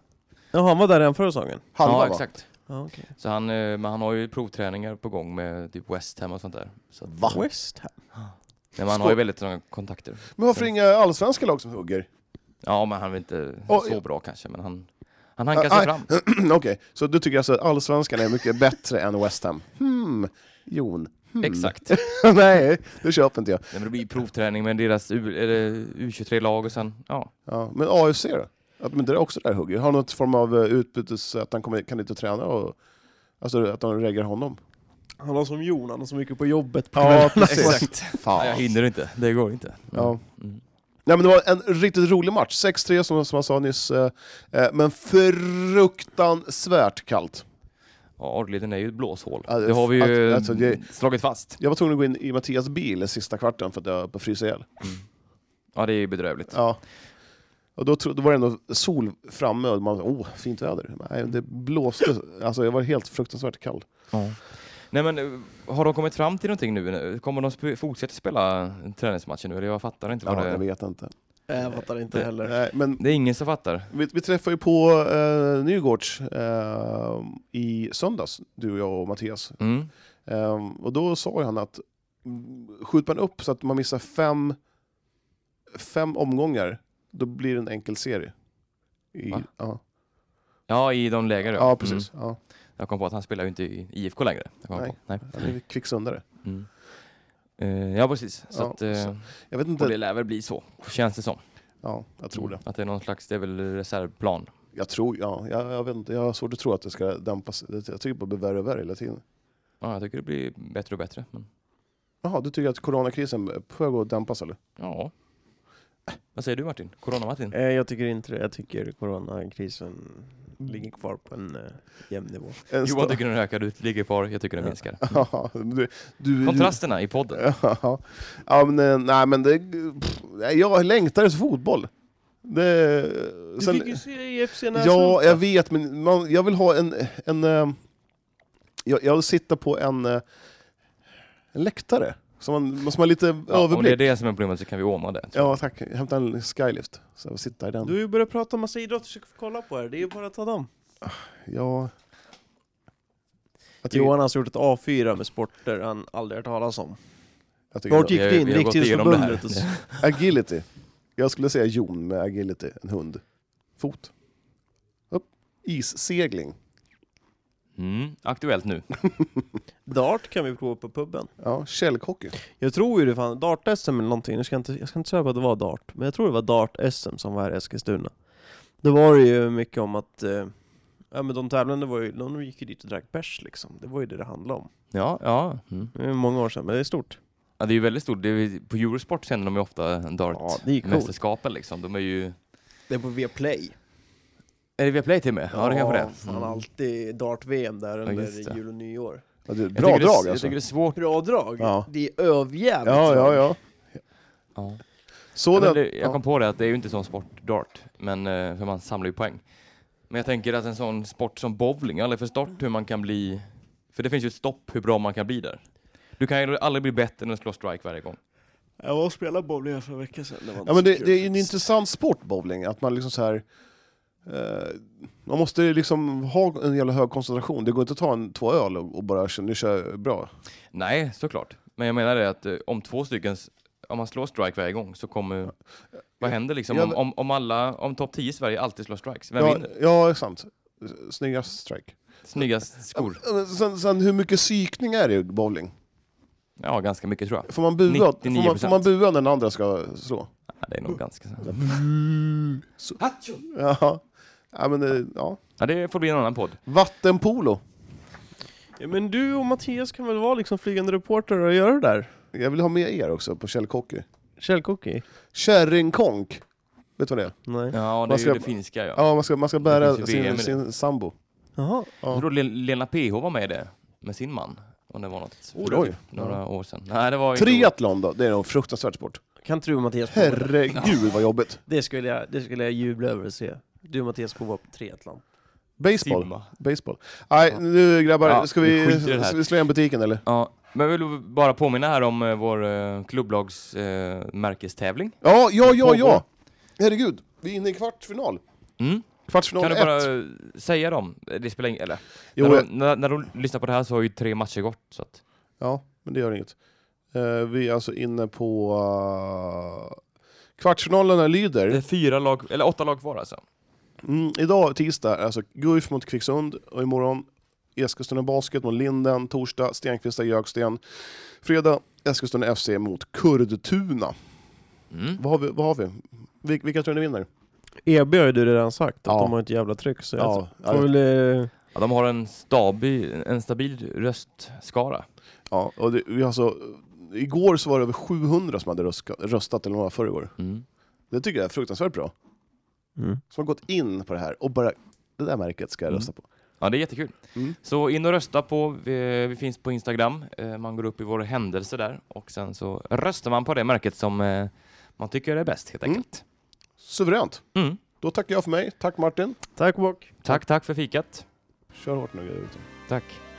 Speaker 6: Ja, han var där redan förra säsongen?
Speaker 2: Halva
Speaker 1: ja,
Speaker 2: va?
Speaker 1: exakt.
Speaker 6: Ja, okej.
Speaker 1: Så han, eh, men han har ju provträningar på gång med typ West Ham och sånt där. Så att, Va?
Speaker 6: West Ham.
Speaker 1: Men han har ju väldigt många kontakter.
Speaker 2: Men varför inga allsvenska lag som hugger?
Speaker 1: Ja, men han är inte
Speaker 2: Ja,
Speaker 1: så
Speaker 2: ja.
Speaker 1: bra kanske, men han, han hankar
Speaker 2: Ah, ah,
Speaker 1: sig fram.
Speaker 2: Okej, så du tycker alltså att allsvenskan är mycket bättre än West Ham? Hmm, Jon. Hmm.
Speaker 1: Exakt.
Speaker 2: Nej, det köper inte jag.
Speaker 1: Nej, men det blir provträning med deras U- eller U23-lag och sen, ja.
Speaker 2: Ja, men AFC då? Att, men det är också där hugger. Har något form av eh, utbytes, att han kommer, kan dit och träna och Alltså att de reggar honom.
Speaker 6: Han har som Jon, han har så mycket på jobbet. På
Speaker 2: Ja,
Speaker 1: Nej, jag
Speaker 2: Fan.
Speaker 1: hinner inte. Det går inte.
Speaker 2: Ja.
Speaker 1: Mm.
Speaker 2: Nej, men det var en riktigt rolig match. 6-3 som, som jag sa nyss. eh, eh, Men fruktansvärt kallt.
Speaker 1: Ja, Adliden är ju ett blåshål.
Speaker 2: Ja, det-
Speaker 1: Det har vi ju
Speaker 2: att- alltså, det-
Speaker 1: slagit fast.
Speaker 2: Jag var tvungen att gå in i Mattias bil i sista kvarten för att jag höll på att frysa ihjäl.
Speaker 1: Ja, det är ju bedrövligt.
Speaker 2: Ja. Och då, tro- då var det ändå sol framme och man åh, fint väder. Nej, det blåste. Alltså jag var helt fruktansvärt kall.
Speaker 1: Nej men, eh, har de kommit fram till någonting nu? Kommer de sp- fortsätta spela träningsmatchen nu? Eller jag fattar inte vad
Speaker 2: Ja,
Speaker 1: det
Speaker 2: jag
Speaker 1: är.
Speaker 2: vet inte.
Speaker 6: Jag fattar inte heller.
Speaker 2: Nej, men
Speaker 1: Det är ingen som fattar.
Speaker 2: vi, vi träffade ju på eh, Nygårds eh, i söndags, du och jag och Mattias.
Speaker 1: Mm.
Speaker 2: Eh, och då sa ju han att mm, skjuter man upp så att man missar fem, fem omgångar, då blir det en enkel serie. I,
Speaker 1: Va?
Speaker 2: ja.
Speaker 1: Ja, i de lägre.
Speaker 2: ja, precis.
Speaker 1: Mm.
Speaker 2: Ja,
Speaker 1: Jag kom på att han spelar ju inte i IFK längre. Jag kom
Speaker 2: Nej.
Speaker 1: På. Nej.
Speaker 2: han är kvicksundare.
Speaker 1: Mm. Eh, ja, precis. Så
Speaker 2: Ja,
Speaker 1: att, eh,
Speaker 2: så- Jag vet
Speaker 1: och det
Speaker 2: inte.
Speaker 1: lär väl bli så, känns det som.
Speaker 2: Ja, jag tror det.
Speaker 1: Att det är någon slags, det är väl reservplan.
Speaker 2: Jag tror, ja, jag, jag vet inte, jag har svårt att tro att det ska dämpas. Jag tycker bara det blir värre och värre hela tiden.
Speaker 1: Ja, jag tycker det blir bättre och bättre. Men...
Speaker 2: Jaha, du tycker att coronakrisen är på väg att dämpas eller?
Speaker 1: Ja. Vad säger du Martin? Corona-Martin?
Speaker 6: Eh, jag tycker inte det. Jag tycker coronakrisen ligger kvar på en eh, jämn nivå.
Speaker 1: Johan tycker den ökar, du ligger kvar. Jag tycker den minskar.
Speaker 2: Ja, du, du,
Speaker 1: Kontrasterna i podden.
Speaker 2: Ja, ja men, eh, nej, men det, pff, nej, jag längtar efter fotboll. Det,
Speaker 6: Du
Speaker 2: sen-
Speaker 6: fick ju se IFC
Speaker 2: Ja, jag vet, men man, jag vill ha en... en eh, jag, jag vill sitta på en, eh, en läktare, som man, som har lite
Speaker 1: Ja, om det är
Speaker 2: överblick.
Speaker 1: det som är problemet så kan vi ordna det.
Speaker 2: Ja, tack. Hämta en skylift, så jag vill sitta i den.
Speaker 6: Du har ju börjat prata om massa idrotter så jag får kolla på det. Det är ju bara att ta dem.
Speaker 2: Ja. Jag tycker-
Speaker 6: Johan har alltså gjort ett A4 med sporter han aldrig hört talas om.
Speaker 2: jag tycker-
Speaker 6: Vart gick
Speaker 1: vi har-
Speaker 6: det in?
Speaker 1: vi har gått igenom det här.
Speaker 6: Riksidrottsförbundet? och s-
Speaker 2: Agility. Jag skulle säga jon med agility, en hund. Fot. Upp. Issegling.
Speaker 1: Mm, aktuellt nu.
Speaker 6: Dart kan vi prova på puben.
Speaker 2: Ja, källkocky.
Speaker 6: Jag tror ju det fan, Dart-SM eller någonting, jag ska, inte, jag ska inte säga på att det var Dart, men jag tror det var Dart-SM som var här i Eskilstuna. Då var det ju mycket om att, eh, ja men de tävlande var ju, de gick ju dit och drack bärs liksom, det var ju det det handlade om.
Speaker 1: Ja, ja. Mm.
Speaker 6: Det är många år sedan, men det är stort.
Speaker 1: ja. Det är ju väldigt stort. Det är, ju- på Eurosport sänder de ju ofta
Speaker 6: Ja, det är ju coolt.
Speaker 1: dartmästerskapen liksom. De är ju...
Speaker 6: Det är på Viaplay.
Speaker 1: Är det Viaplay till och med? Ja, det kanske det är.
Speaker 2: Mm.
Speaker 1: Mm.
Speaker 6: Han har alltid Dart-VM där
Speaker 1: just det.
Speaker 6: under jul och nyår.
Speaker 2: Ja, det är ett
Speaker 1: Jag
Speaker 2: bra
Speaker 1: tycker det, är-
Speaker 2: drag
Speaker 1: Jag
Speaker 2: alltså.
Speaker 1: tycker det är svårt.
Speaker 6: Bra drag!
Speaker 2: Ja.
Speaker 6: Det är övjävligt
Speaker 2: Ja, ja, ja.
Speaker 1: Ja.
Speaker 2: Så
Speaker 1: Men
Speaker 2: det,
Speaker 1: det, jag
Speaker 2: ja.
Speaker 1: kom på det att det är ju inte sån sport, dart, men, eh, för man samlar ju poäng. Men jag tänker att en sån sport som bowling, jag har aldrig förstått hur man kan bli... För det finns ju ett stopp hur bra man kan bli där. Du kan ju aldrig bli bättre än att slå strike varje gång.
Speaker 6: Jag var och spelade bowling för en vecka sedan, det var inte
Speaker 2: Ja, men
Speaker 6: så
Speaker 2: det,
Speaker 6: kul
Speaker 2: det är ju en
Speaker 6: faktiskt.
Speaker 2: intressant sport, bowling. Att man liksom så här... Eh, man måste liksom ha en jävla hög koncentration. Det går inte att ta en, två öl och, och bara nu kör jag bra.
Speaker 1: Nej, såklart. Men jag menar det att eh, om två stycken, s- om man slår strike varje gång så kommer... Vad händer liksom
Speaker 2: jag-
Speaker 1: om, om, om alla, om topp 10 i Sverige alltid slår strikes? Vem
Speaker 2: Ja,
Speaker 1: vinner?
Speaker 2: ja, det är sant. Snyggast strike.
Speaker 1: Snyggast skor?
Speaker 2: Ja, men Sen, sen hur mycket psykning är det i bowling?
Speaker 1: Ja, ganska mycket tror jag.
Speaker 2: Får man bua, får man,
Speaker 1: 99%.
Speaker 2: får man bua när den andra ska slå?
Speaker 1: Ja, det är nog ganska...
Speaker 2: Ja. Ja, men, det- ja.
Speaker 1: Ja, det får bli en annan podd.
Speaker 2: Vattenpolo.
Speaker 6: Ja, men du och Mattias kan väl vara liksom flygande reportrar och göra det där?
Speaker 2: Jag vill ha med er också på källkocky.
Speaker 6: Källkoki?
Speaker 2: Kärringkonk. Vet du vad det är?
Speaker 6: Nej.
Speaker 1: Ja, det
Speaker 2: Man
Speaker 1: är
Speaker 2: ska-
Speaker 1: ju det finska ja.
Speaker 2: Ja, man ska, man ska
Speaker 1: Det
Speaker 2: bära
Speaker 1: finns ju VM i
Speaker 2: sin,
Speaker 1: det.
Speaker 2: sin sambo.
Speaker 6: Jaha.
Speaker 1: Jag tror Len- Lena PH var med i det, med sin man. Om det var något för
Speaker 2: Oj, oj.
Speaker 1: några år sedan. Nej, det var ju inte-
Speaker 2: Triathlon då, det är en fruktansvärd sport.
Speaker 6: Kan inte du och Mattias prova det?
Speaker 2: Herregud vad jobbigt.
Speaker 6: Det skulle jag, det skulle jag jubla över att se. Du och Mattias provar på triathlon.
Speaker 2: Baseball.
Speaker 1: Simma.
Speaker 2: Baseball. Nej, nu grabbar,
Speaker 1: Ja,
Speaker 2: ska,
Speaker 1: vi
Speaker 2: vi,
Speaker 1: skiter i det här.
Speaker 2: ska vi slå igen butiken eller?
Speaker 1: Ja, men jag vill bara påminna här om eh, vår eh, klubblags eh, märkestävling.
Speaker 2: Ja, ja, ja,
Speaker 1: pågår.
Speaker 2: ja! Herregud, vi är inne i kvartsfinal.
Speaker 1: Mm. Kan
Speaker 2: Kvartsfinal
Speaker 1: du
Speaker 2: 1.
Speaker 1: bara eh, säga dem? Det spelar ingen eller?
Speaker 2: Jo,
Speaker 1: när,
Speaker 2: jag-
Speaker 1: de, när, när de lyssnar på det här så har ju tre matcher gått. Så att,
Speaker 2: Ja, men det gör inget. Eh, vi är alltså inne på... eh, kvartsfinalerna lyder...
Speaker 1: det är fyra lag, eller åtta lag kvar alltså.
Speaker 2: Mm, idag, tisdag, alltså Guif mot Kvicksund och imorgon Eskilstuna Basket mot Linden, torsdag Stenkvista Jöksten, fredag Eskilstuna FC mot Kurdtuna.
Speaker 1: Mm.
Speaker 2: Vad har vi? Vad har vi? Vil- vilka tror ni vinner?
Speaker 6: EB E har ju du redan sagt, att
Speaker 2: Ja.
Speaker 6: de har ett jävla tryck. Så jag
Speaker 2: Ja, ja,
Speaker 6: får
Speaker 2: det-
Speaker 6: väl, eh,
Speaker 1: Ja, de har en, stabil, en stabil röstskara.
Speaker 2: Ja, och det, vi har alltså, igår så var det över 700 som hade röska, röstat, eller vad det var förrgår.
Speaker 1: Mm.
Speaker 2: Det tycker jag är fruktansvärt bra.
Speaker 6: Mm.
Speaker 2: Som har gått in på det här och bara, det där märket ska jag
Speaker 1: Mm.
Speaker 2: rösta på.
Speaker 1: Ja, det är jättekul.
Speaker 2: Mm.
Speaker 1: Så in och rösta på, vi, vi finns på Instagram. Eh, Man går upp i vår händelse där och sen så röstar man på det märket som eh, man tycker är bäst helt
Speaker 2: Mm.
Speaker 1: enkelt.
Speaker 2: Suveränt!
Speaker 1: Mm.
Speaker 2: Då tackar jag för mig. Tack Martin.
Speaker 6: tack Bock!
Speaker 1: Tack, tack för fikat.
Speaker 2: Kör hårt nu. grabbar.
Speaker 1: Tack.